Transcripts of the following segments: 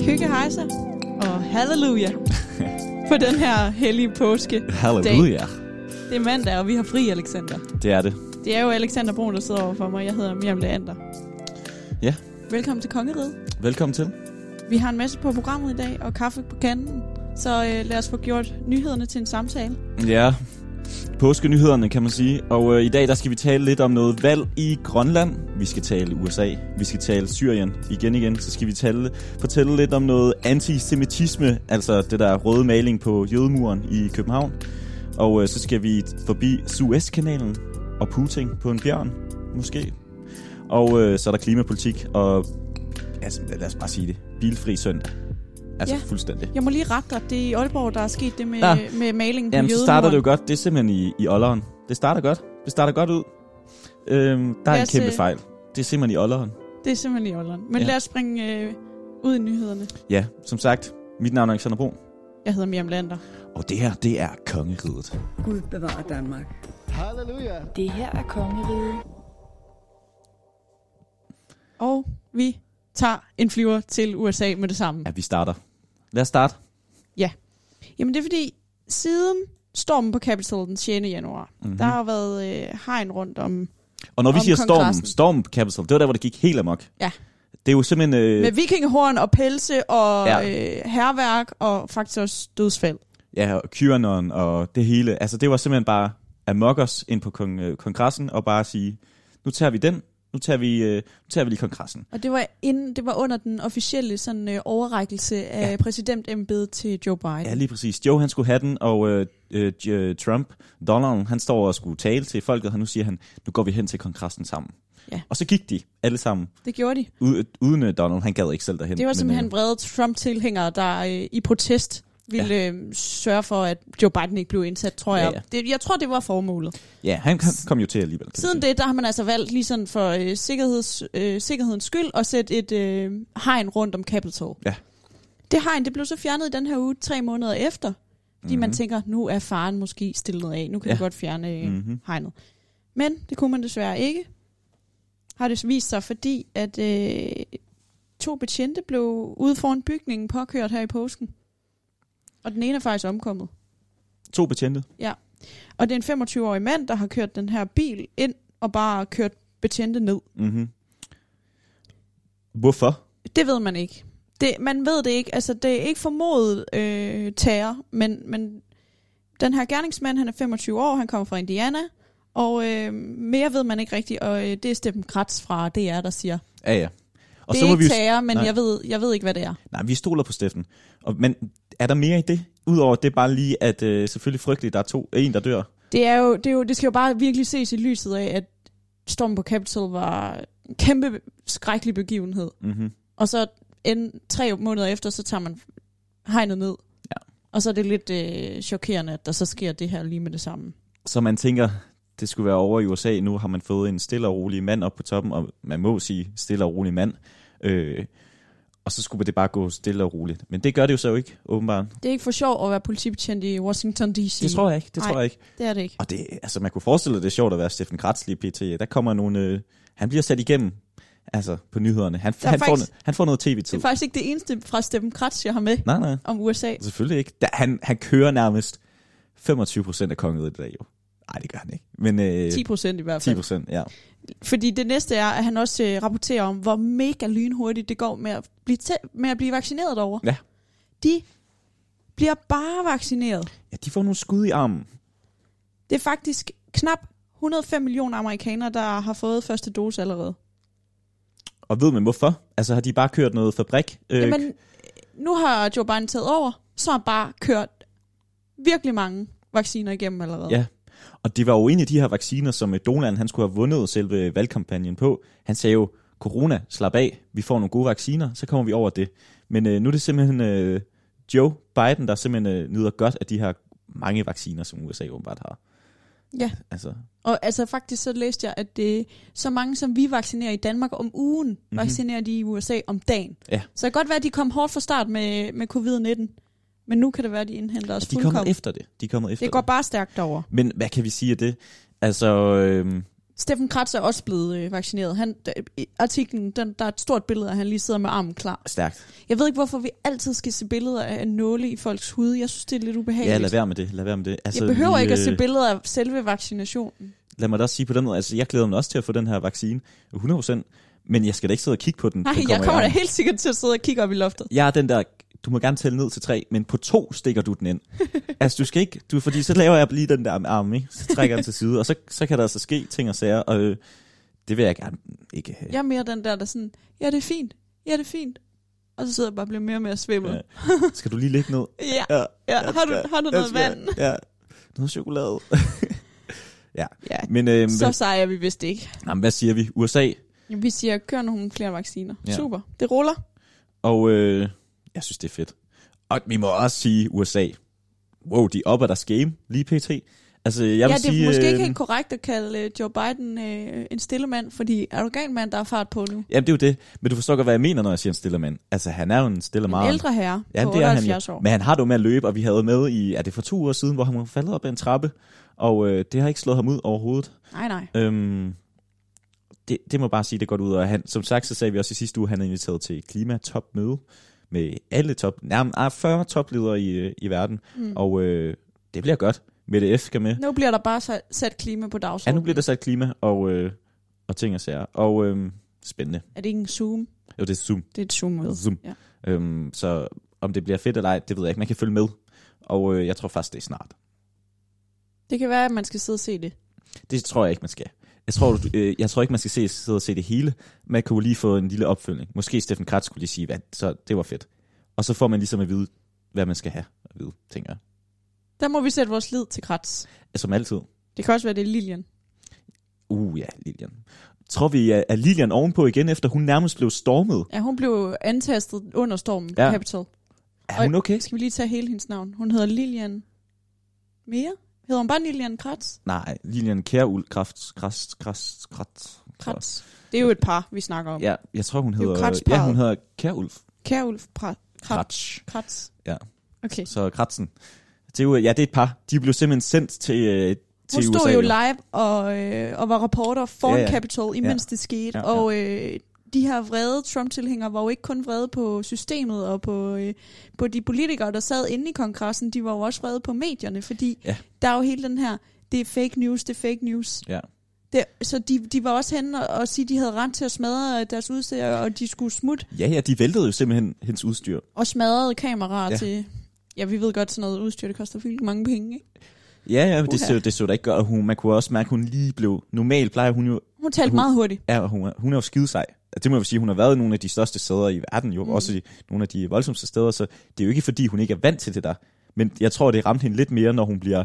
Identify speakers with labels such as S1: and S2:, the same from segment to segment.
S1: Hejsa, hejsa og halleluja på den her hellige påske.
S2: Halleluja.
S1: Det er mandag, og vi har fri, Alexander.
S2: Det er det.
S1: Det er jo Alexander Brun, der sidder overfor mig. Jeg hedder Miriam Leander.
S2: Ja.
S1: Velkommen til Kongeriget.
S2: Velkommen til.
S1: Vi har en masse på programmet i dag, og kaffe på kanden. Så øh, lad os få gjort nyhederne til en samtale.
S2: Ja, påskenyhederne kan man sige. Og øh, i dag der skal vi tale lidt om noget valg i Grønland. Vi skal tale USA. Vi skal tale Syrien. Igen igen, så skal vi tale, fortælle lidt om noget antisemitisme. Altså det der røde maling på jødemuren i København. Og øh, så skal vi forbi Suezkanalen og Putin på en bjørn, måske. Og øh, så er der klimapolitik og... Altså, lad os bare sige det. Bilfri søndag. Altså
S1: Ja.
S2: ja. fuldstændig.
S1: Jeg må lige rette dig. Det er i Aalborg, der er sket det med, ja.
S2: Ja.
S1: med malingen på
S2: Ah. Jamen, så
S1: jødemuren.
S2: starter det jo godt. Det er simpelthen i, i olderen. Det starter godt. Det starter godt ud. Øhm, der
S1: Lad
S2: er en
S1: os,
S2: kæmpe
S1: øh,
S2: fejl. Det er simpelthen i olderen.
S1: Det er simpelthen i Aalborg. Men ja.
S2: Ja.
S1: lad os springe øh, ud i nyhederne.
S2: Ja, som sagt. Mit navn er Alexander Brun.
S1: Jeg hedder Miriam Lander.
S2: Og det her, det er kongeriget.
S3: Gud bevare Danmark.
S4: Halleluja.
S5: Det her er kongeriget.
S1: Og vi tager en flyver til USA med det samme.
S2: Ja, vi starter. Lad os starte.
S1: Jamen det er fordi, siden stormen på Capitol den 6. januar,
S2: Mhm.
S1: mm-hmm. der har været øh, hegn rundt om...
S2: Og når vi
S1: Om
S2: siger
S1: kongressen.
S2: storm, storm på Capitol, det var der, hvor det gik helt amok.
S1: Ja.
S2: Det er jo simpelthen... Øh,
S1: Med vikingehorn og pelse og ja.
S2: Ja.
S1: øh, herværk og faktisk også dødsfald.
S2: Ja, og QAnon og det hele. Altså, det var simpelthen bare amok os ind på kong, øh, kongressen og bare sige, nu tager vi den, nu tager vi, øh, nu tager vi lige kongressen.
S1: Og det var, inden, det var under den officielle sådan, øh, overrækkelse af ja. præsidentembedet til Joe Biden.
S2: Ja, lige præcis. Joe, han skulle have den, og øh, øh, J- Trump, Donald, han står og skulle tale til folket, og nu siger han, nu går vi hen til kongressen sammen.
S1: Ja.
S2: Og så gik de alle sammen,
S1: Det gjorde de.
S2: u- uden øh, Donald, han gad ikke selv derhen.
S1: Det var
S2: men,
S1: simpelthen
S2: øh,
S1: brede Trump-tilhængere, der øh, i protest ville ja. øh, sørge for, at Joe Biden ikke blev indsat, tror
S2: Ja,
S1: jeg.
S2: ja.
S1: Det, jeg tror, det var formålet.
S2: øh, Ja, han, han kom jo til alligevel. kan man
S1: Siden
S2: sige.
S1: det, der har man altså valgt lige sådan for øh, sikkerheds, øh, sikkerhedens skyld at sætte et øh, hegn rundt om Capitol.
S2: Ja.
S1: Det hegn, det blev så fjernet i den her uge tre måneder efter, fordi mm-hmm. man
S2: Mhm.
S1: tænker, nu er faren måske stillet af, nu kan ja.
S2: Ja.
S1: vi godt fjerne øh, mm-hmm.
S2: Mhm.
S1: hegnet. Men det kunne man desværre ikke. Har det vist sig, fordi at øh, to betjente blev ude foran bygningen påkørt her i påsken. Og den ene er faktisk omkommet.
S2: To betjente.
S1: Og det er en 25-årig mand, der har kørt den her bil ind og bare kørt betjente ned.
S2: Mm-hmm. Hvorfor?
S1: Det ved man ikke. Det, man ved det ikke. Altså, det er ikke formodet øh, terror, men, men den her gerningsmand, han er 25 år, han kommer fra Indiana, og øh, mere ved man ikke rigtigt, og øh, det er Steffen Kratz fra DR, der siger.
S2: Ja, ja.
S1: Og det er ikke
S2: vi, jo-
S1: terror, men
S2: Nej.
S1: jeg ved, jeg ved ikke, hvad det er.
S2: Nej, vi stoler på Steffen. Og, men er der mere i det? Udover det bare lige, at øh, selvfølgelig frygteligt, der er to, en, der dør.
S1: Det, er jo, det, er jo, det skal jo bare virkelig ses i lyset af, at stormen på Capitol var en kæmpe skrækkelig begivenhed.
S2: Mm-hmm.
S1: Og så en, tre måneder efter, så tager man hegnet ned.
S2: Ja.
S1: Og så er det lidt øh, chokerende, at der så sker det her lige med det samme.
S2: Så man tænker, det skulle være over i USA. Nu har man fået en stille og rolig mand op på toppen, og man må sige stille og rolig mand. Øh, og så skulle det bare gå stille og roligt. Men det gør det jo så ikke, åbenbart.
S1: Det er ikke for sjov at være politibetjent i Washington D.C.
S2: Det tror jeg ikke, det
S1: Nej.
S2: tror jeg ikke.
S1: Det er det ikke.
S2: Og det, altså, man kunne forestille sig, det er sjovt at være Steffen Kratz lige pt. Der kommer nogle... Øh, han bliver sat igennem altså, på nyhederne. Han,
S1: er
S2: han, får,
S1: faktisk-
S2: no- han får noget
S1: Det
S2: tv-tid.
S1: er faktisk ikke det eneste fra Steffen Kratz, jeg har med
S2: Nej, nej.
S1: om USA.
S2: Selvfølgelig ikke. Der, han, han kører nærmest 25 procent af kongen i dag, jo. Nej, det gør han ikke. Men øh,
S1: 10 procent i hvert
S2: 10
S1: fald.
S2: procent, ja.
S1: Fordi det næste er, at han også øh, rapporterer om, hvor mega lynhurtigt det går med at blive, tæ- med at blive vaccineret over.
S2: Ja.
S1: De bliver bare vaccineret.
S2: Ja, de får nogle skud i armen.
S1: Det er faktisk knap 105 millioner amerikanere, der har fået første dose allerede.
S2: Og ved man hvorfor? Altså har de bare kørt noget fabrik? Øh,
S1: Jamen, nu har Joe Biden taget over, så har han bare kørt virkelig mange vacciner igennem allerede.
S2: Ja. Og det var jo en af de her vacciner, som øh, Donald han skulle have vundet selve valgkampagnen på. Han sagde jo, corona, slap af, vi får nogle gode vacciner, så kommer vi over det. Men øh, nu er det simpelthen øh, Joe Biden, der simpelthen øh, nyder godt af de her mange vacciner, som USA åbenbart har.
S1: Ja.
S2: Altså,
S1: Og altså faktisk så læste jeg, at det er så mange, som vi vaccinerer i Danmark om ugen, mm-hmm. vaccinerer de i USA om dagen.
S2: Mhm. Ja.
S1: Så det kan godt være, at de kom hårdt fra start med, med covid-19, men nu kan det være, at de indhenter os
S2: de er
S1: fuldkommen.
S2: kommet efter det. De er kommet efter
S1: det går bare stærkt over.
S2: Men hvad kan vi sige af det? Altså, øhm,
S1: Steffen Kratz er også blevet øh, vaccineret. Han, der, i artiklen, den, der er et stort billede af, at han lige sidder med armen klar.
S2: Stærkt.
S1: Jeg ved ikke, hvorfor vi altid skal se billeder af nåle i folks hud. Jeg synes, det er lidt ubehageligt.
S2: Ja, lad være med det. Lad være med det.
S1: jeg behøver
S2: vi,
S1: ikke at
S2: øh,
S1: se billeder af selve vaccinationen.
S2: Lad mig da også sige på den måde, altså jeg glæder mig også til at få den her vaccine, 100%, men jeg skal da ikke sidde og kigge på den.
S1: Nej,
S2: den
S1: jeg
S2: i
S1: kommer da
S2: armen.
S1: helt sikkert til at sidde og kigge op i loftet.
S2: Jeg er den der, du må gerne tælle ned til tre, men på to stikker du den ind. altså du skal ikke, du, fordi så laver jeg lige den der med armen, ikke? så trækker jeg den til side, og så, så kan der altså ske ting og sager, og øh, det vil jeg gerne ikke have.
S1: Jeg er mere den der, der sådan, ja, det er fint, ja, det er fint. Og så sidder jeg bare og bliver mere og mere svimmel.
S2: Ja. Skal du lige ligge ned?
S1: Ja,
S2: Ja.
S1: ja.
S2: Jeg
S1: Har, du,
S2: skal-
S1: har du
S2: jeg
S1: noget
S2: skal-
S1: vand?
S2: Ja, noget chokolade.
S1: Ja,
S2: Men øh,
S1: så
S2: hvad,
S1: sejrer vi vist ikke.
S2: jamen, hvad siger vi? USA,
S1: Vi siger, kør nogle flere vacciner.
S2: Ja.
S1: Ja. Super, det ruller.
S2: Og øh, jeg synes, det er fedt. Og vi må også sige USA. Wow, de opper deres game lige pt. Altså, jeg vil
S1: ja, det er
S2: sige,
S1: måske ikke
S2: øh,
S1: helt korrekt at kalde øh, Joe Biden øh, en stille mand, fordi er du gal mand, der er fart på nu?
S2: Jamen, det er jo det. Men du forstår godt, hvad jeg mener, når jeg siger en stille mand. Altså, han er jo en stille
S1: En
S2: meget.
S1: ældre herre
S2: Ja,
S1: på
S2: det er han
S1: 78
S2: jo.
S1: år.
S2: Men han har det jo med at løbe, og vi havde med i, er det for to uger siden, hvor han var faldet op ad en trappe, og øh, det har ikke slået ham ud overhovedet.
S1: Nej, nej.
S2: Øhm, det, det må jeg bare sige, det går ud. Og han, som sagt, så sagde vi også i sidste uge, han er inviteret til klimatopmøde med alle top, nærmest ah, 40 topledere i, øh, i verden. Mm. Og øh, det bliver godt. Mette F. skal med.
S1: Nu bliver der bare sa- sat klima på
S2: Ja,
S1: dagsordenen.
S2: nu bliver der sat klima og, øh, og ting og sager. Og øh, spændende.
S1: Er det ikke en Zoom?
S2: Jo, det er Zoom.
S1: Det er et Zoom-møde.
S2: Zoom.
S1: Ja.
S2: Øhm, så om det bliver fedt eller ej, det ved jeg ikke. Man kan følge med. Og øh, jeg tror faktisk, det er snart.
S1: Det kan være, at man skal sidde og se det.
S2: Det tror jeg ikke, man skal. Jeg tror, du, øh, jeg tror ikke, man skal se, sidde og se det hele. Man kunne lige få en lille opfølgning. Måske Steffen Kratz skulle lige sige, hvad, så det var fedt. Og så får man ligesom at vide, hvad man skal have at vide, tænker jeg.
S1: Der må vi sætte vores lid til Kratz.
S2: Som altid.
S1: Det kan også være, det er Lilian.
S2: Uh ja, Lilian. Tror vi, at er Lilian ovenpå igen, efter hun nærmest blev stormet?
S1: Ja, hun blev antastet under stormen
S2: Ja.
S1: ja. Capital.
S2: Er hun okay?
S1: Skal vi lige tage hele hendes navn? Hun hedder Lilian... Mere? Hedder hun bare Lilian Kratz?
S2: Nej, Lilian Kjærul Kraft, Krast, Krast, Krat.
S1: Kratz. Det er jo et par, vi snakker om. Ja.
S2: Ja, jeg tror, hun
S1: er jo
S2: hedder...
S1: Kratz-parret.
S2: Ja, hun hedder Kjærulf.
S1: Kærulf pra- Kratz.
S2: Kratz.
S1: Kratz.
S2: Ja.
S1: Okay.
S2: Så Kratzen. Det er jo, ja, det er et par. De blev simpelthen sendt til, øh,
S1: Hun
S2: til USA.
S1: stod jo live og, øh, og var reporter for
S2: Ja,
S1: ja,
S2: ja.
S1: ja. Capitol, imens ja. det skete.
S2: Ja,
S1: Ja,
S2: ja.
S1: ja. Og øh, de her vrede Trump-tilhængere var jo ikke kun vrede på systemet og på, øh, på de politikere, der sad inde i kongressen. De var jo også vrede på medierne, fordi
S2: Ja.
S1: ja. der er jo hele den her, det er fake news, det er fake news.
S2: Ja.
S1: Det, så de, de var også henne og, og sige, de havde ret til at smadre deres udstyr, og de skulle smutte
S2: Ja, ja, de væltede jo simpelthen hendes udstyr.
S1: og smadrede kameraer
S2: Ja.
S1: ja. til... Ja, vi ved godt, sådan noget udstyr, det koster virkelig mange penge, ikke?
S2: Ja, ja, men det,
S1: Uha.
S2: så, det så da ikke godt. og Hun, man kunne også mærke, at hun lige blev... Normalt plejer hun jo...
S1: Hun talte
S2: Hun-
S1: meget hurtigt.
S2: Ja, hun, er- hun er jo skide sej. Det må jeg jo sige, hun har været i nogle af de største steder i verden, jo mm.
S1: Mm.
S2: også i nogle af de voldsomste steder, så det er jo ikke, fordi hun ikke er vant til det der. Men jeg tror, det ramte hende lidt mere, når hun bliver...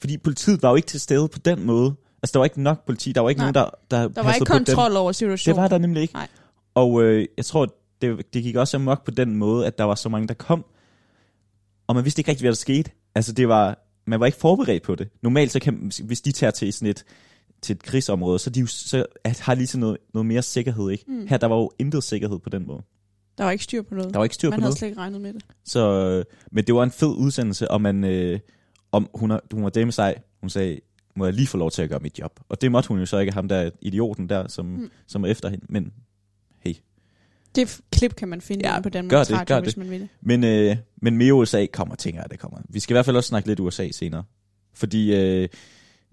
S2: Fordi politiet var jo ikke til stede på den måde. Altså, der var ikke nok politi, der var ikke
S1: Nej.
S2: nogen, der, der,
S1: Der var ikke
S2: passede på dem.
S1: kontrol over
S2: Det
S1: situationen.
S2: var der nemlig ikke.
S1: Nej.
S2: Og øh, jeg tror, det, det gik også amok på den måde, at der var så mange, der kom, og man vidste ikke rigtig, hvad der skete. Altså, det var, man var ikke forberedt på det. Normalt, så kan, hvis de tager til sådan et, til et krigsområde, så, er de jo, så at, har lige sådan noget, noget mere sikkerhed, ikke? Mm.
S1: Mm.
S2: Her, der var jo intet sikkerhed på den måde.
S1: Der var ikke styr på noget.
S2: Der var ikke styr
S1: Man
S2: på
S1: havde
S2: noget.
S1: slet ikke regnet med det.
S2: Så, øh, men det var en fed udsendelse, og man, øh, om hun, er- hun var dame sej. Hun sagde, må jeg lige få lov til at gøre mit job? Og det måtte hun jo så ikke, ham der idioten der, som, mm.
S1: Mm.
S2: som er efter hende. Men
S1: Det f- klip kan man finde
S2: Ja,
S1: ja, på Danmarks
S2: gør det,
S1: Radio,
S2: gør
S1: hvis
S2: det.
S1: man vil det.
S2: Men, øh, men mere USA kommer, tænker jeg, det kommer. Vi skal i hvert fald også snakke lidt USA senere. Fordi, øh,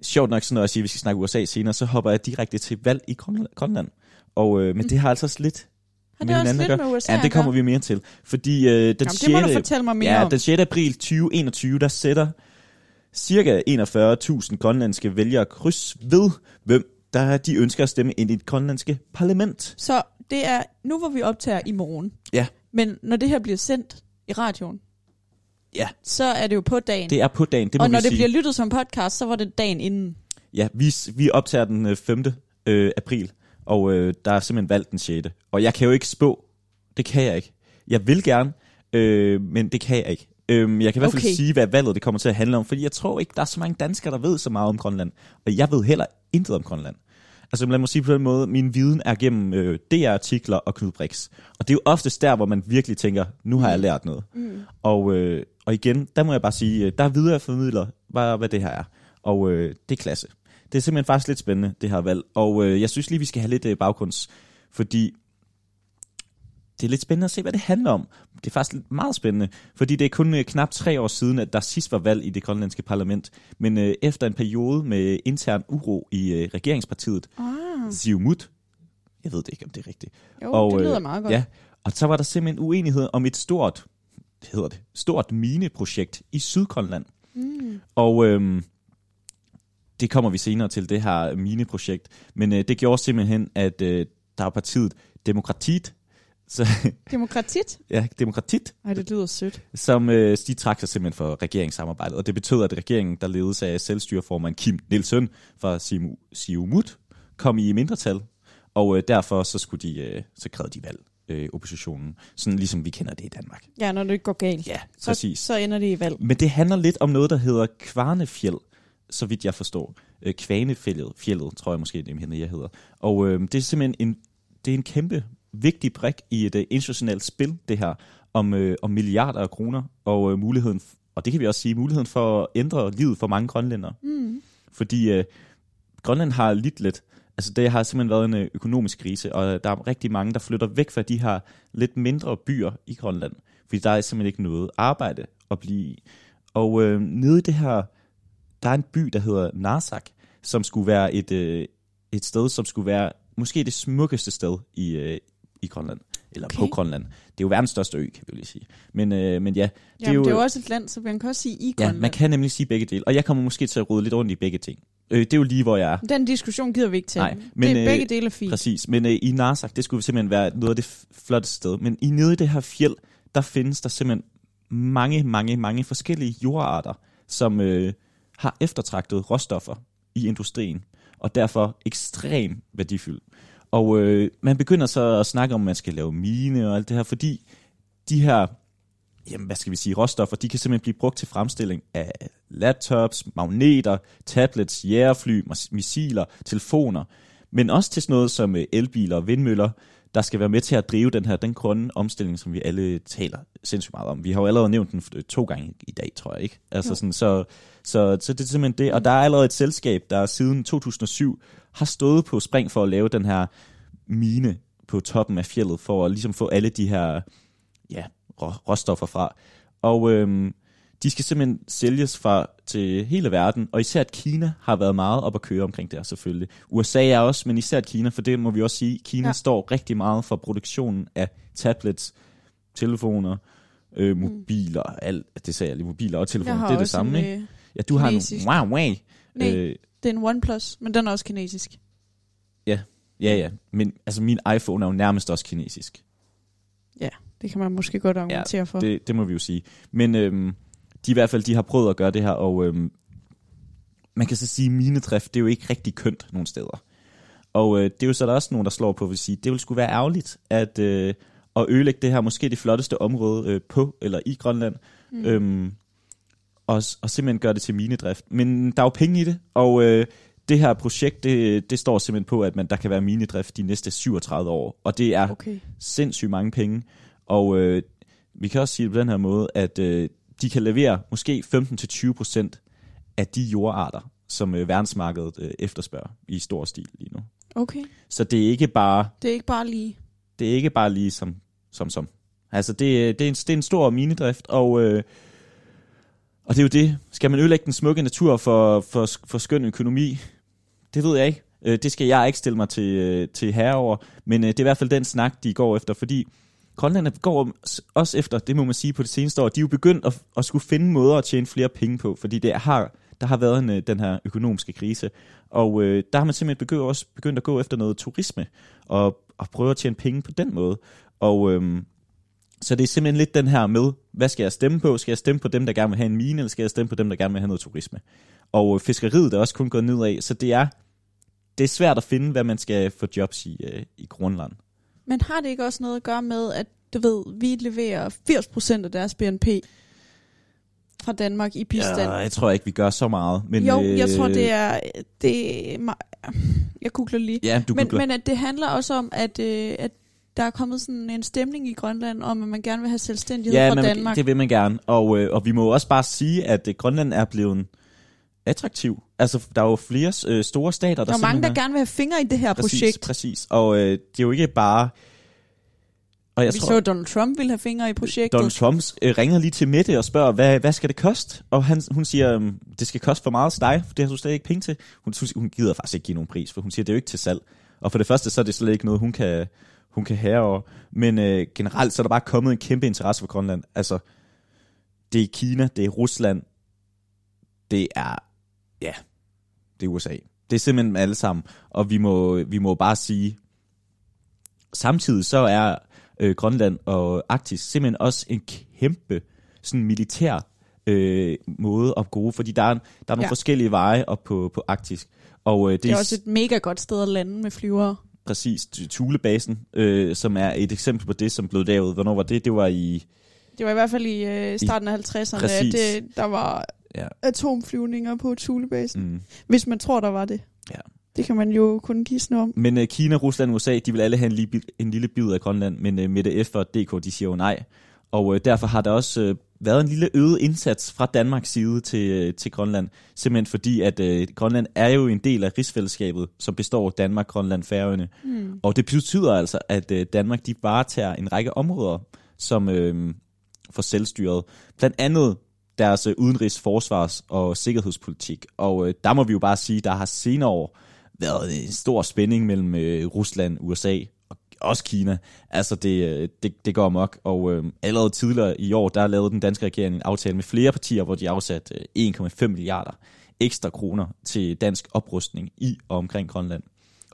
S2: sjovt nok sådan noget at sige, at vi skal snakke USA senere, så hopper jeg direkte til valg i Grønland. Grønland. Og, øh, men det har altså også lidt...
S1: Har
S2: Men
S1: Mm. det også
S2: hinanden
S1: lidt
S2: gør-
S1: med USA
S2: Ja, det kommer vi mere til. Fordi øh, den,
S1: Den Jamen, det må du
S2: 6.
S1: fortælle mig mere
S2: ja,
S1: om.
S2: den 6. april 2021, der sætter cirka 41.000 grønlandske vælgere kryds ved, hvem der de ønsker at stemme ind i det grønlandske parlament.
S1: Så det er nu, hvor vi optager i morgen.
S2: Ja.
S1: Men når det her bliver sendt i radioen,
S2: Ja.
S1: så er det jo på dagen.
S2: Det er på dagen, det må
S1: og når det
S2: vi sige.
S1: bliver lyttet som podcast, så var det dagen inden.
S2: Ja, vi, vi optager den øh, 5. Øh, april, og øh, der er simpelthen valgt den 6. Og jeg kan jo ikke spå. Det kan jeg ikke. Jeg vil gerne, øh, men det kan jeg ikke. Øhm, jeg kan i hvert fald okay.
S1: Okay.
S2: sige, hvad valget det kommer til at handle om, fordi jeg tror ikke, der er så mange danskere, der ved så meget om Grønland. Og jeg ved heller intet om Grønland. Altså lad mig sige på den måde, min viden er gennem øh, DR-artikler og Knud Brix. Og det er jo oftest der, hvor man virkelig tænker, nu har jeg lært noget. Mm. Og, øh, og igen, der må jeg bare sige, øh, der er videreformidler, hvad, hvad det her er. Og øh, det er klasse. Det er simpelthen faktisk lidt spændende, det her valg. Og øh, jeg synes lige, vi skal have lidt øh, baggrunds, fordi det er lidt spændende at se, hvad det handler om. Det er faktisk lidt meget spændende, fordi det er kun øh, knap tre år siden, at der sidst var valg i det grønlandske parlament. Men øh, efter en periode med intern uro i øh, regeringspartiet,
S1: Ah,
S2: Mm. Siumut, jeg ved det ikke, om det er rigtigt,
S1: jo,
S2: Og,
S1: og, det lyder
S2: øh,
S1: meget godt.
S2: Ja, og så var der simpelthen uenighed om et stort, hvad hedder det, stort mineprojekt i Sydgrønland.
S1: Mm.
S2: Og øhm, det kommer vi senere til, det her mineprojekt. Men øh, det gjorde simpelthen, at øh, der var partiet Demokratiet, så,
S1: Demokratit?
S2: ja, Demokratiet,
S1: Ej, det lyder sødt.
S2: som øh, de trak sig simpelthen for regeringssamarbejdet. Og det betød, at regeringen, der ledes af selvstyreformand Kim Nielsen fra Simu- Siumut, kom i mindretal. Og øh, derfor så, skulle de, øh, så krævede de valg, øh, oppositionen. Sådan ligesom vi kender det i Danmark.
S1: Ja, når det ikke går galt.
S2: Ja,
S1: så,
S2: præcis.
S1: så ender det i valg.
S2: Men det handler lidt om noget, der hedder Kvarnefjeld, så vidt jeg forstår. Øh, Kvanefjellet, fjellet, tror jeg måske, det er, jeg hedder. Og øh, det er simpelthen en, det er en kæmpe vigtig brik i et øh, internationalt spil, det her, om, øh, om milliarder af kroner, og øh, muligheden, f- og det kan vi også sige, muligheden for at ændre livet for mange grønlændere.
S1: Mm.
S2: Fordi øh, Grønland har lidt lidt, altså det har simpelthen været en øh, økonomisk krise, og øh, der er rigtig mange, der flytter væk fra de her lidt mindre byer i Grønland, fordi der er simpelthen ikke noget arbejde at blive i. Og øh, nede i det her, der er en by, der hedder Narsak, som skulle være et, øh, et sted, som skulle være måske det smukkeste sted i, øh, i Grønland, eller okay. på
S1: Okay.
S2: Grønland. Det er jo verdens største ø, kan vi jo lige sige. Men, øh, men ja,
S1: Jamen, det er, jo, det er jo også et land, så man kan også sige i
S2: øh, Ja,
S1: Grønland.
S2: man kan nemlig sige begge dele. Og jeg kommer måske til at rode lidt rundt i begge ting. Øh, det er jo lige, hvor jeg er.
S1: Den diskussion gider vi ikke til.
S2: Nej, men,
S1: men, det
S2: øh,
S1: er begge dele er fint.
S2: Præcis. Men øh, i Narsak, det skulle simpelthen være noget af det f- flotteste sted. Men i nede i det her fjeld, der findes der simpelthen mange, mange, mange forskellige jordarter, som øh, har eftertragtet råstoffer i industrien, og derfor ekstrem værdifyldt. Og øh, man begynder så at snakke om, at man skal lave mine og alt det her, fordi de her jamen, hvad skal vi sige, råstoffer, de kan simpelthen blive brugt til fremstilling af laptops, magneter, tablets, jægerfly, mas- missiler, telefoner, men også til sådan noget som øh, elbiler og vindmøller, der skal være med til at drive den her den grønne omstilling, som vi alle taler sindssygt meget om. Vi har jo allerede nævnt den øh, to gange i dag, tror jeg, ikke? Altså
S1: Jo.
S2: sådan, så, så, så det er simpelthen det. Og der er allerede et selskab, der siden 2007 har stået på spring for at lave den her mine på toppen af fjellet, for at ligesom få alle de her ja, rå, råstoffer fra. Og øhm, de skal simpelthen sælges fra til hele verden, og især at Kina har været meget op at køre omkring der selvfølgelig. USA er også, men især at Kina, for det må vi også sige, Kina ja.
S1: Ja.
S2: står rigtig meget for produktionen af tablets, telefoner, øh, mobiler, mm. alt, det sagde jeg lige, mobiler og telefoner, det er det samme,
S1: en,
S2: ikke?
S1: øh,
S2: Ja, du har en
S1: kinesisk.
S2: Huawei.
S1: Nej.
S2: Øh,
S1: Det er en OnePlus, men den er også kinesisk.
S2: ja, ja, men altså min iPhone er jo nærmest også kinesisk.
S1: Det kan man måske godt argumentere ja, for. Det,
S2: Det, det må vi jo sige. Men øhm, de i hvert fald, de har prøvet at gøre det her, og øhm, man kan så sige, minedrift, det er jo ikke rigtig kønt nogen steder. Og øh, det er jo så der også nogen, der slår på, at sige, det ville skulle være ærgerligt at, øh, at ødelægge det her, måske det flotteste område øh, på eller i Grønland, mm. øhm, og, s- og simpelthen gøre det til minedrift. Men der er jo penge i det, og øh, det her projekt, det, det står simpelthen på, at man, der kan være minedrift de næste 37 år, og det er
S1: okay.
S2: sindssygt mange penge. Og øh, vi kan også sige det på den her måde, at øh, de kan levere måske 15-20% af de jordarter, som øh, verdensmarkedet øh, efterspørger i stor stil lige nu.
S1: okay.
S2: Så det er ikke bare,
S1: Det er ikke bare lige...
S2: det er ikke bare lige som, som, som. Altså det, er- det, er en, det er en stor minedrift, og, øh, og det er jo det. Skal man ødelægge den smukke natur for, for, for skøn økonomi? Det ved jeg ikke. Øh, det skal jeg ikke stille mig til, øh, til herover, men øh, det er i hvert fald den snak, de går efter, fordi Grønland går s- også efter, det må man sige på det seneste år, de er jo begyndt at, at skulle finde måder at tjene flere penge på, fordi det har, der har været en, øh, den her økonomiske krise, og øh, der har man simpelthen begyndt, også begyndt at gå efter noget turisme, og, og prøve at tjene penge på den måde, og øhm, så det er simpelthen lidt den her med, hvad skal jeg stemme på? Skal jeg stemme på dem, der gerne vil have en mine, eller skal jeg stemme på dem, der gerne vil have noget turisme? Og øh, fiskeriet er også kun gået nedad, så det er, det er svært at finde, hvad man skal få jobs i, øh, i Grønland.
S1: Men har det ikke også noget at gøre med, at du ved, vi leverer 80% af deres BNP fra Danmark i bistand?
S2: Ja, jeg tror ikke, vi gør så meget. Men, øh,
S1: jo, jeg tror, det er... Det er me- jeg googler lige.
S2: Ja, du
S1: men,
S2: googler.
S1: men at det handler også om, at, øh, at der er kommet sådan en stemning i Grønland om, at man gerne vil have selvstændighed
S2: ja,
S1: fra
S2: man,
S1: Danmark.
S2: det vil man gerne. Og, øh, og vi må jo også bare sige, at øh, Grønland er blevet attraktiv. Altså, der er jo flere øh, store stater,
S1: Der er mange, der gerne vil have fingre i det her
S2: præcis,
S1: projekt.
S2: Præcis, og øh, det er jo ikke bare... Og jeg
S1: Vi
S2: tror,
S1: så, at Donald Trump ville have fingre i projektet.
S2: Donald Trump øh, ringer lige til Mette og spørger, hvad, hvad skal det koste? Og han, hun siger, øhm, det skal koste for meget til dig, for det har du slet ikke penge til. Hun, synes- hun gider faktisk ikke give nogen pris, for hun siger, det er jo ikke til salg. Og for det første, så er det slet ikke noget, hun kan, hun kan have over. Men øh, generelt, så er der bare kommet en kæmpe interesse for Grønland. Altså, det er Kina, det er Rusland, det er, ja, det er USA. Det er simpelthen dem alle sammen. Og vi må, vi må bare sige, samtidig så er øh, Grønland og Arktis simpelthen også en kæmpe sådan militær øh, måde at gå, fordi der er, der er nogle
S1: Ja.
S2: ja. forskellige veje op på, på Arktis. Og øh, det,
S1: Det er også et mega godt sted at lande med flyvere.
S2: præcis Thulebasen, øh, som er et eksempel på det, som blev lavet. Hvornår var det? Det var i...
S1: Det var i hvert fald i øh, starten af 50'erne, at
S2: Præcis.
S1: det, der var
S2: Ja.
S1: atomflyvninger på Thulebasen.
S2: Mm.
S1: Hvis man tror, der var det.
S2: Ja.
S1: Det kan man jo kun gisne om.
S2: Men øh, Kina, Rusland og USA, de vil alle have en, li- en lille bid af Grønland, men øh, Mette F. og DK, de siger jo nej. Og øh, derfor har der også øh, været en lille øget indsats fra Danmarks side til, øh, til Grønland, simpelthen fordi, at øh, Grønland er jo en del af rigsfællesskabet, som består af Danmark, Grønland, Færøerne. Mm. Og det betyder altså, at øh, Danmark de varetager en række områder, som øh, for selvstyret. Blandt andet deres øh, udenrigs-, forsvars- og sikkerhedspolitik. Og øh, der må vi jo bare sige, der har senere år været en stor spænding mellem øh, Rusland, USA og også Kina. Altså, det, øh, det, det går amok. Og øh, allerede tidligere i år, der lavede den danske regering en aftale med flere partier, hvor de afsatte øh, 1,5 milliarder ekstra kroner til dansk oprustning i og omkring Grønland.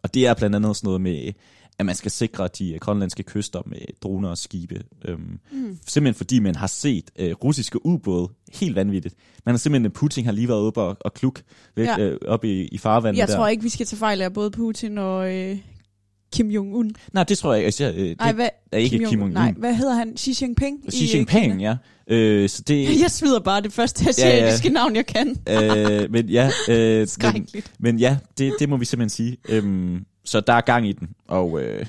S2: Og det er blandt andet sådan noget med, at man skal sikre de øh, grønlandske kyster med droner og skibe. Øhm, mm. Simpelthen fordi man har set øh, russiske ubåde helt vanvittigt. Man har simpelthen, Putin har lige været oppe og, og kluk væk,
S1: Ja.
S2: ja. øh, op i, i farvandet
S1: Jeg
S2: der.
S1: tror ikke, vi skal tage fejl af både Putin og øh, Kim Jong-un.
S2: Nej, det tror jeg ikke. Altså, øh, det
S1: Nej, hvad?
S2: er ikke Kim Jong-un.
S1: Nej, hvad hedder han? Xi Jinping? i,
S2: Xi
S1: øh,
S2: Jinping,
S1: Kina?
S2: ja. Øh, så det...
S1: Jeg smider bare det første asiatiske ja, ja. navn, jeg kan.
S2: øh, men ja, øh, men,
S1: Skrækkeligt.
S2: men ja det, det må vi simpelthen sige. Øhm, så der er gang i den, og øh,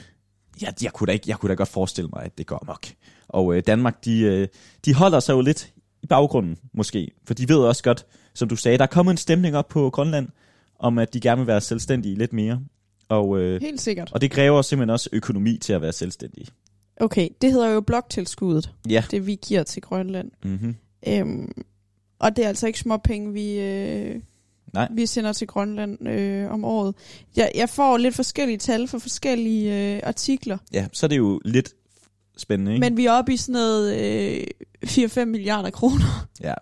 S2: jeg, jeg, kunne da ikke, jeg kunne da godt forestille mig, at det går nok. Og øh, Danmark, de, øh, de holder sig jo lidt i baggrunden, måske. For de ved også godt, som du sagde, der er kommet en stemning op på Grønland, om at de gerne vil være selvstændige lidt mere. Og, øh,
S1: Helt sikkert.
S2: og det kræver simpelthen også økonomi til at være selvstændige.
S1: Okay, det hedder jo bloktilskuddet,
S2: Ja.
S1: det vi giver til Grønland.
S2: Mm-hmm.
S1: Øhm, og det er altså ikke små penge, vi, øh,
S2: Nej.
S1: vi sender til Grønland øh, om året. Jeg, jeg får lidt forskellige tal fra forskellige øh, artikler,
S2: Ja, så er det jo lidt spændende, ikke?
S1: men vi er oppe i sådan noget øh, 4-5 milliarder kroner.
S2: Ja.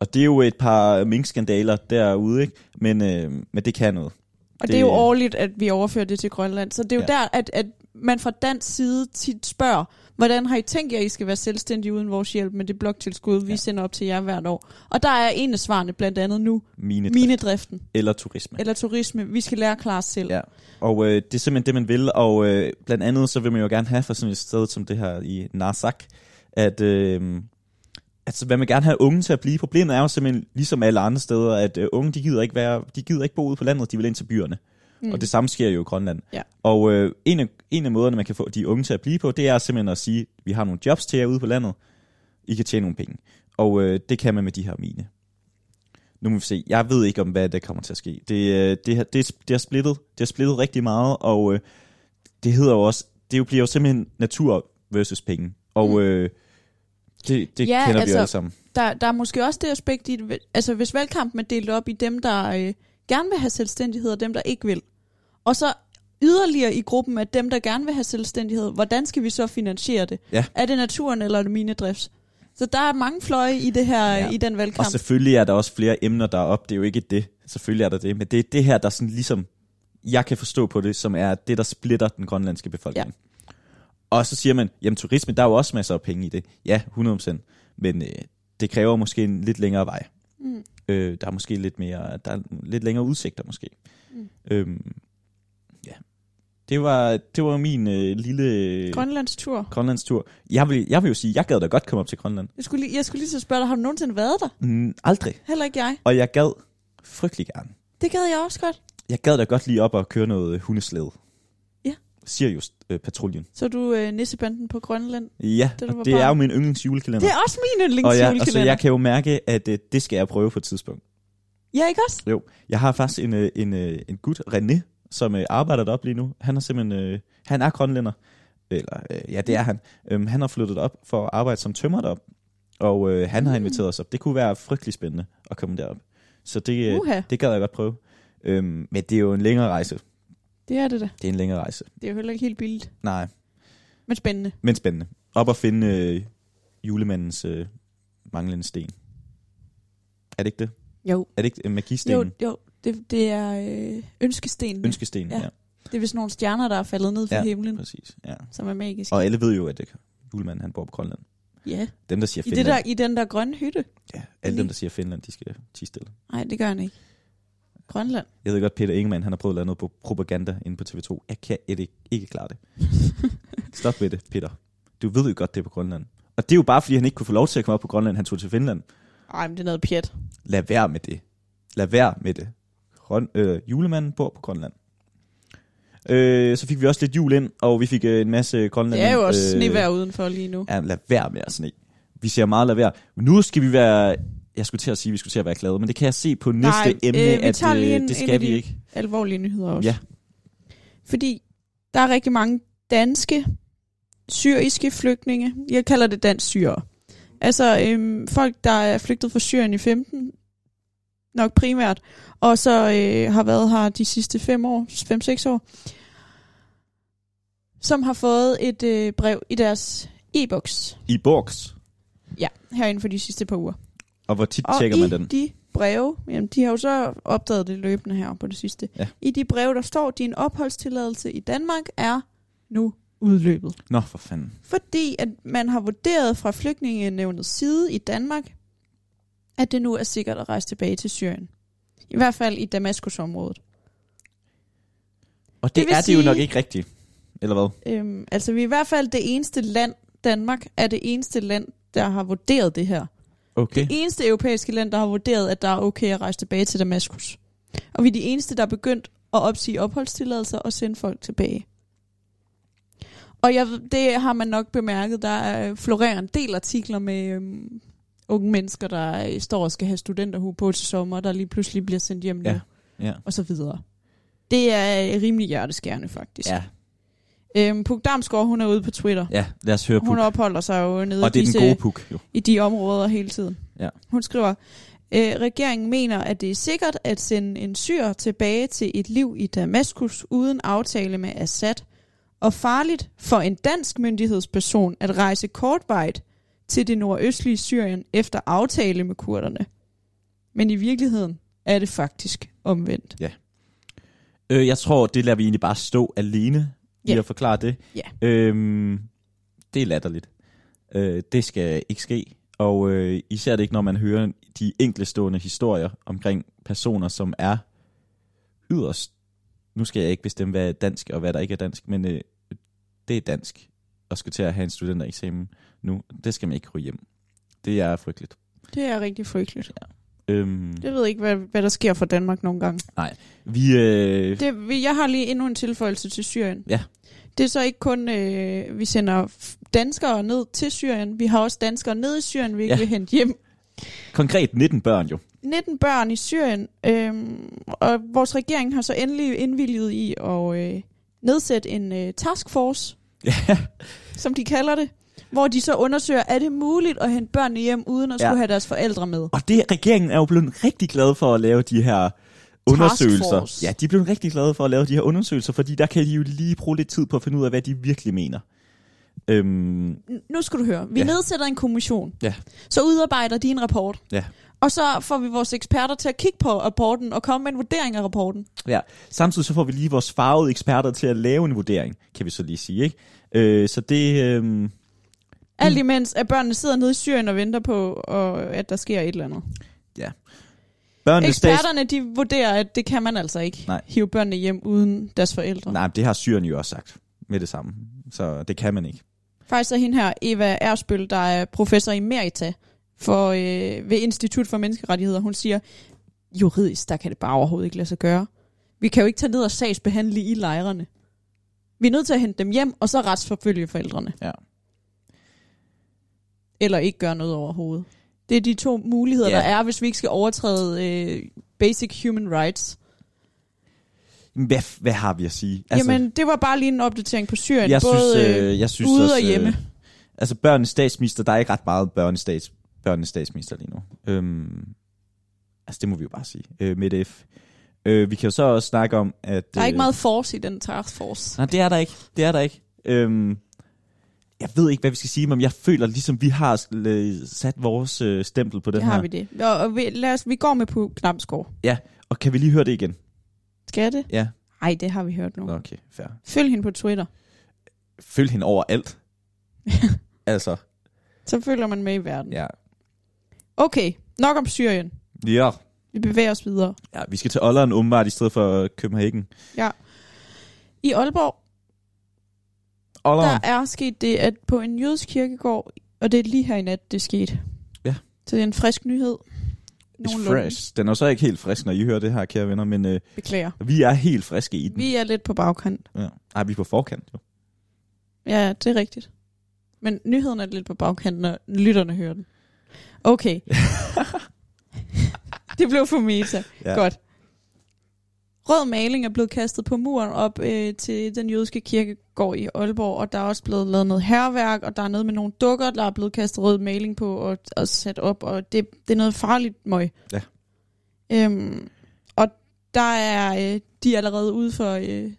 S2: Og det er jo et par minkskandaler derude, ikke? Men, øh, men det kan
S1: Og
S2: noget.
S1: det, det er jo årligt, at vi overfører det til Grønland. Så det er jo ja.
S2: Ja.
S1: der, at, at man fra dansk side tit spørger, hvordan har I tænkt jer, at I skal være selvstændige uden vores hjælp med det bloktilskud, vi ja.
S2: Ja.
S1: sender op til jer hvert år? Og der er en af svarene blandt andet nu,
S2: Mine, mine.
S1: minedriften
S2: eller turisme.
S1: eller turisme. Vi skal lære at klare os selv.
S2: Ja. Og øh, det er simpelthen det, man vil. Og øh, blandt andet, så vil man jo gerne have for sådan et sted som det her i Narsaq, at, øh, at så vil man gerne have unge til at blive. Problemet er jo simpelthen, ligesom alle andre steder, at øh, unge, de gider, ikke være, de gider ikke bo ude på landet, de vil ind til byerne. Mm. Og det samme sker jo i Grønland.
S1: Ja.
S2: Og øh, en, af, en af måderne, man kan få de unge til at blive på, det er simpelthen at sige, vi har nogle jobs til jer ude på landet, I kan tjene nogle penge. Og øh, det kan man med de her mine. Nu må vi se. Jeg ved ikke, om hvad der kommer til at ske. Det, øh, det, har- det, det, har, splittet, det har splittet rigtig meget, og øh, det hedder jo også, det jo bliver jo simpelthen natur versus penge. Og
S1: Mm.
S2: øh, det, det
S1: Ja,
S2: ja, kender altså,
S1: altså,
S2: vi jo alle sammen.
S1: Der, der er måske også det aspekt i, det, altså hvis valgkampen er delt op i dem, der øh, gerne vil have selvstændighed, og dem, der ikke vil. Og så yderligere i gruppen af dem, der gerne vil have selvstændighed, hvordan skal vi så finansiere det?
S2: Ja.
S1: Er det naturen, eller er det minedrift? Så der er mange fløje i det her ja.
S2: Ja.
S1: i den
S2: Og
S1: valgkamp.
S2: selvfølgelig er der også flere emner, der er op. Det er jo ikke det. Selvfølgelig er der det. Men det er det her, der sådan ligesom, jeg kan forstå på det, som er det, der splitter den grønlandske befolkning. Ja. Og så siger man, jamen turisme, der er jo også masser af penge i det. Ja, 100%. Men øh, det kræver måske en lidt længere vej.
S1: Mm.
S2: Øh, der er måske lidt mere, der er lidt længere udsigter måske.
S1: Mm.
S2: Mm. Øhm, ja. Det var, det var min øh, lille
S1: Grønlands tur.
S2: Grønlandstur. Jeg vil, jeg vil jo sige, jeg gad da godt komme op til Grønland.
S1: Jeg skulle, lige, jeg skulle lige så spørge dig, har du nogensinde været der?
S2: Mm, aldrig.
S1: Heller ikke jeg.
S2: Og jeg gad frygtelig gerne.
S1: Det gad jeg også godt.
S2: Jeg gad da godt lige op og køre noget øh, hundesled.
S1: Ja.
S2: Sirius øh, Patruljen.
S1: Så er du øh, nissebanden på Grønland.
S2: Ja,
S1: Da
S2: det,
S1: du var
S2: det
S1: barn.
S2: er jo min yndlingsjulekalender.
S1: Det er også min
S2: og, altså, ja, og så
S1: yndlingsjulekalender.
S2: jeg kan jo mærke, at øh, det skal jeg prøve på et tidspunkt.
S1: Ja, ikke også?
S2: Jo, jeg har faktisk en, øh, en, øh, en gut, René, som øh, arbejder deroppe lige nu. Han er simpelthen, øh, han er grønlænder. Eller, øh, ja, det er han. Øhm, han har flyttet op for at arbejde som tømrer derop. Og øh, han har
S1: Mm.
S2: inviteret os op. Det kunne være frygtelig spændende at komme derop. Så det, øh,
S1: Uha,
S2: det gad jeg godt prøve. Øhm, men det er jo en længere rejse.
S1: det er det da.
S2: Det er en længere rejse.
S1: Det er jo heller ikke helt billigt,
S2: Nej,
S1: men spændende.
S2: men spændende. Op at finde øh, julemandens øh, manglende sten. Er det ikke det?
S1: Jo,
S2: Er det ikke øh, magistenen?
S1: jo, jo. Det, det er øh, ønskestenene. Ønske.
S2: Ønskestenen, ja.
S1: Ja.
S2: ja.
S1: Det er vist nogle stjerner, der er faldet ned fra
S2: Ja.
S1: ja. himlen,
S2: Præcis, ja.
S1: som er magiske.
S2: Og alle ved jo, at øh, julemanden han bor på Grønland.
S1: Ja,
S2: Dem, der siger
S1: I,
S2: Finland,
S1: det der, i den der grønne hytte.
S2: ja, alle dem, der siger Finland, de skal tige stille.
S1: Nej, det gør han ikke. Grønland.
S2: Jeg ved godt, Peter Ingemann, han har prøvet at lave noget på propaganda inde på TV2. Jeg kan ikke, ikke klare det. Stop med det, Peter. Du ved jo godt, det er på Grønland. Og det er jo bare, fordi han ikke kunne få lov til at komme op på Grønland, han tog til Finland.
S1: Ej, men det er noget pjat.
S2: Lad være med det. Lad være med det. Grøn, øh, julemanden bor på Grønland. Øh, så fik vi også lidt jul ind, og vi fik øh, en masse Grønland.
S1: Det er jo også snevejr udenfor lige nu.
S2: øh, Ja, lad være med at sne. Vi ser meget lad være. Nu skal vi være... Jeg skulle til at sige, at vi skulle til at være glade, men det kan jeg se på næste
S1: Nej,
S2: emne,
S1: øh, vi
S2: at
S1: tager lige en-
S2: det
S1: en
S2: skal
S1: af
S2: vi
S1: de-
S2: ikke.
S1: Alvorlige nyheder også.
S2: Ja.
S1: Fordi der er rigtig mange danske, syriske flygtninge. Jeg kalder det dansk syre. Altså øhm, folk, der er flygtet fra Syrien i 15, nok primært, og så øh, har været her de sidste 5 år, 5-6 år, som har fået et øh, brev i deres e-boks.
S2: I Borgs.
S1: Ja, herinde for de sidste par uger.
S2: Og hvor tit
S1: Og
S2: tjekker
S1: i
S2: man den?
S1: de breve, jamen de har jo så opdaget det løbende her på det sidste.
S2: Ja.
S1: I de breve, der står, din opholdstilladelse i Danmark er nu udløbet.
S2: Nå, for fanden.
S1: Fordi at man har vurderet fra flygtningenevnets side i Danmark, at det nu er sikkert at rejse tilbage til Syrien. I hvert fald i Damaskusområdet.
S2: Og
S1: Det
S2: det, det
S1: vil
S2: er det jo
S1: sige-
S2: nok ikke rigtigt. Eller hvad?
S1: Øhm, altså vi er i hvert fald det eneste land, Danmark er det eneste land, der har vurderet det her.
S2: Okay.
S1: det eneste europæiske land, der har vurderet, at der er okay at rejse tilbage til Damaskus. Og vi er de eneste, der er begyndt at opsige opholdstilladelser og sende folk tilbage. Og jeg, ved- det har man nok bemærket, der er øh, florerer en del artikler med øhm, unge mennesker, der øh, står og skal have studenterhue på til sommer, der lige pludselig bliver sendt hjem nu,
S2: Ja. Ja.
S1: og så videre. Det er øh, rimelig hjerteskærende, faktisk.
S2: ja.
S1: Øhm, Puk Damsgaard, hun er ude på Twitter.
S2: Ja, lad os høre Puk.
S1: Hun opholder sig jo nede
S2: Og
S1: i
S2: det er
S1: disse
S2: den gode Puk, jo.
S1: i de områder hele tiden.
S2: Ja.
S1: Hun skriver, "Øh, regeringen mener, at det er sikkert at sende en syr tilbage til et liv i Damaskus uden aftale med Assad, og farligt for en dansk myndighedsperson at rejse kortvejt til det nordøstlige Syrien efter aftale med kurderne. Men i virkeligheden er det faktisk omvendt.
S2: Øh, jeg tror, det lader vi egentlig bare stå alene i
S1: Ja.
S2: at forklare det.
S1: Ja.
S2: Øhm, det er latterligt. Øh, det skal ikke ske. Og øh, især det ikke, når man hører de enkeltstående historier omkring personer, som er yderst... Nu skal jeg ikke bestemme, hvad er dansk og hvad der ikke er dansk, men øh, det er dansk og skal til at have en studentereksamen nu. Det skal man ikke ryge hjem. Det er frygteligt.
S1: Det er rigtig frygteligt.
S2: Øhm,
S1: Jeg ved ikke, hvad, hvad der sker for Danmark nogle gange.
S2: vi, øh,
S1: Det, vi- jeg har lige endnu en tilføjelse til Syrien.
S2: Ja.
S1: Det er så ikke kun, øh, vi sender f- danskere ned til Syrien. Vi har også danskere ned i Syrien, vi ikke
S2: Ja.
S1: ja. vil hente hjem.
S2: konkret 19 børn jo.
S1: 19 børn i Syrien, øhm, og vores regering har så endelig indvilliget i at øh, nedsætte en øh, taskforce,
S2: Ja.
S1: som de kalder det, hvor de så undersøger, er det muligt at hente børnene hjem, uden at
S2: Ja.
S1: ja. skulle have deres forældre med?
S2: Og det, regeringen er jo blevet rigtig glad for at lave de her undersøgelser.
S1: Taskforce.
S2: Ja, de er blevet rigtig glade for at lave de her undersøgelser, fordi der kan de jo lige bruge lidt tid på at finde ud af, hvad de virkelig mener. Øhm,
S1: N- nu skal du høre. Vi
S2: Ja.
S1: ja. nedsætter en kommission.
S2: Ja.
S1: Så udarbejder de en rapport.
S2: Ja.
S1: Og så får vi vores eksperter til at kigge på rapporten og komme med en vurdering af rapporten.
S2: ja. Samtidig så får vi lige vores farvede eksperter til at lave en vurdering, kan vi så lige sige, ikke? Øh, så det... Øhm,
S1: Alt imens, at børnene sidder nede i Syrien og venter på, og, at der sker et eller andet.
S2: børnenes stats...
S1: Eksperterne, de vurderer, at det kan man altså ikke.
S2: Nej.
S1: Hive børnene hjem uden deres forældre.
S2: Nej, men det har Syrien jo også sagt med det samme. Så det kan man ikke.
S1: Faktisk er hende her, Eva Ersbøl, der er professor i Merita for, øh, ved Institut for Menneskerettigheder. Hun siger, juridisk, der kan det bare overhovedet ikke lade sig gøre. Vi kan jo ikke tage ned og sagsbehandle i lejrene. Vi er nødt til at hente dem hjem, og så retsforfølge forældrene.
S2: Ja.
S1: Eller ikke gøre noget overhovedet. Det er de to muligheder,
S2: Ja.
S1: ja. der er, hvis vi ikke skal overtræde øh, basic human rights.
S2: Hvad, f- hvad har vi at sige?
S1: Altså, Jamen, det var bare lige en opdatering på Syrien.
S2: jeg
S1: både
S2: synes,
S1: øh,
S2: øh, jeg synes
S1: ude
S2: også,
S1: og hjemme.
S2: Øh, altså, børnenes statsminister, der er ikke ret meget børnenes, stats, børnenes statsminister lige nu. Øhm, altså, det må vi jo bare sige. Øh, med F. Øh, vi kan jo så også snakke om, at...
S1: der er ikke
S2: øh,
S1: meget force i den taskforce.
S2: Nej, det er der ikke. Det er der ikke. Øhm, jeg ved ikke, hvad vi skal sige, men jeg føler ligesom, vi har øh, sat vores øh, stempel på den
S1: Det har
S2: her.
S1: vi det. Og, og vi, lad os, vi går med på Knapsgaard.
S2: Og kan vi lige høre det igen?
S1: Skal jeg det?
S2: Ja.
S1: Nej, det har vi hørt nu.
S2: Nå, okay, fair.
S1: Følg hende på Twitter.
S2: Følg hende overalt. altså,
S1: Så følger man med i verden.
S2: ja.
S1: Okay, nok om Syrien.
S2: Ja.
S1: Vi bevæger os videre.
S2: ja vi skal til Olleren åbenbart i stedet for København.
S1: I Aalborg,
S2: Olleren.
S1: der er sket det, at på en jødisk kirkegård, og det er lige her i nat, det skete.
S2: Ja.
S1: Så det er en frisk nyhed.
S2: It's
S1: Nogenlunde.
S2: fresh. Den er jo så ikke helt frisk, når I hører det her, kære venner, men øh,
S1: Beklager.
S2: vi er helt friske i den.
S1: Vi er lidt på bagkant.
S2: Ja. Ej, vi er på forkant, jo.
S1: Ja, det er rigtigt. Men nyheden er lidt på bagkanten, når lytterne hører den. Okay. det blev for meta.
S2: Ja.
S1: Ja. Godt. Rød maling er blevet kastet på muren op øh, til den jødiske kirkegård i Aalborg, og der er også blevet lavet noget herværk, og der er noget med nogle dukker, der er blevet kastet rød maling på og, og sat op, og det, det er noget farligt møg.
S2: Ja.
S1: Øhm, og der er øh, de er allerede ude for, øh,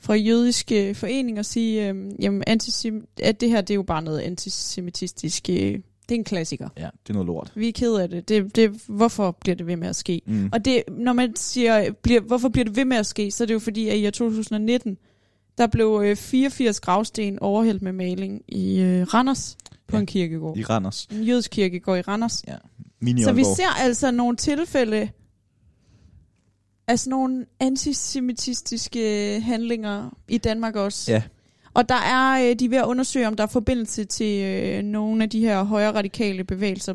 S1: for jødiske foreninger og sige, øh, jamen, antisem- at det her det er jo bare noget antisemitistisk. Øh, det er en klassiker.
S2: Ja, det er noget lort.
S1: Vi er ked af det. det, det hvorfor bliver det ved med at ske?
S2: Mm.
S1: Og det, når man siger, bliver, hvorfor bliver det ved med at ske, så er det jo fordi, at i år 2019, der blev øh, 84 gravsten overhældt med maling i øh, Randers på
S2: Ja.
S1: ja. en kirkegård.
S2: I Randers.
S1: En jødisk kirkegård i Randers.
S2: Mini
S1: Så vi
S2: Aalborg.
S1: ser altså nogle tilfælde af sådan nogle antisemitistiske handlinger i Danmark også.
S2: Ja.
S1: Og der er, øh, de er ved at undersøge, om der er forbindelse til øh, nogle af de her højre radikale bevægelser.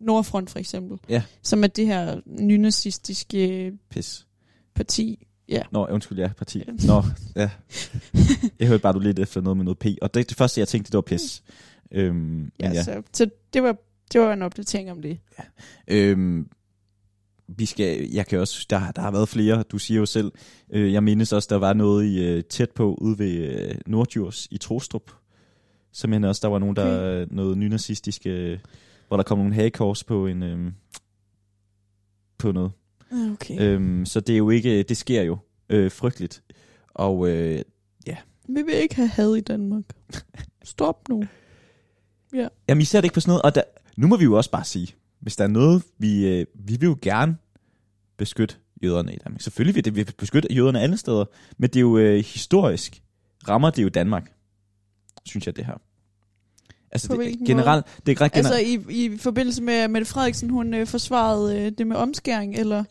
S1: Nordfront for eksempel.
S2: Ja.
S1: Som er det her nynazistiske øh,
S2: Pis.
S1: parti.
S2: Nå, undskyld, ja, parti. Nå, ja. Jeg hørte bare, du lidt efter noget med noget P. Og det, det første, jeg tænkte, det var pis. Øhm, men
S1: Ja, ja. Så, så det, var, det var en opdatering om det.
S2: Øhm, vi skal, jeg kan også, der, der har været flere, du siger jo selv. Øh, jeg mindes også, der var noget i øh, tæt på ude ved øh, Nordjurs i Trostrup. Simpelthen også, der var nogen, der okay. noget nynazistisk, øh, hvor der kom nogle hagekors på en... Øh, på noget.
S1: Okay. Øh.
S2: Øhm, så det er jo ikke, det sker jo øh, frygteligt. Og øh,
S1: Vi vil ikke have had i Danmark. Stop nu.
S2: Jamen, I ser det ikke på sådan noget. Og der, nu må vi jo også bare sige, hvis der er noget, vi, øh, vi vil jo gerne beskytte jøderne i Danmark. Selvfølgelig vil det, vi vil beskytte jøderne alle steder, men det er jo øh, historisk, rammer det jo Danmark, synes jeg, det her. Altså,
S1: På
S2: det,
S1: hvilken
S2: generelt, det er ret generelt.
S1: Altså i, i forbindelse med, at Mette Frederiksen, hun øh, forsvarede øh, det med omskæring, eller?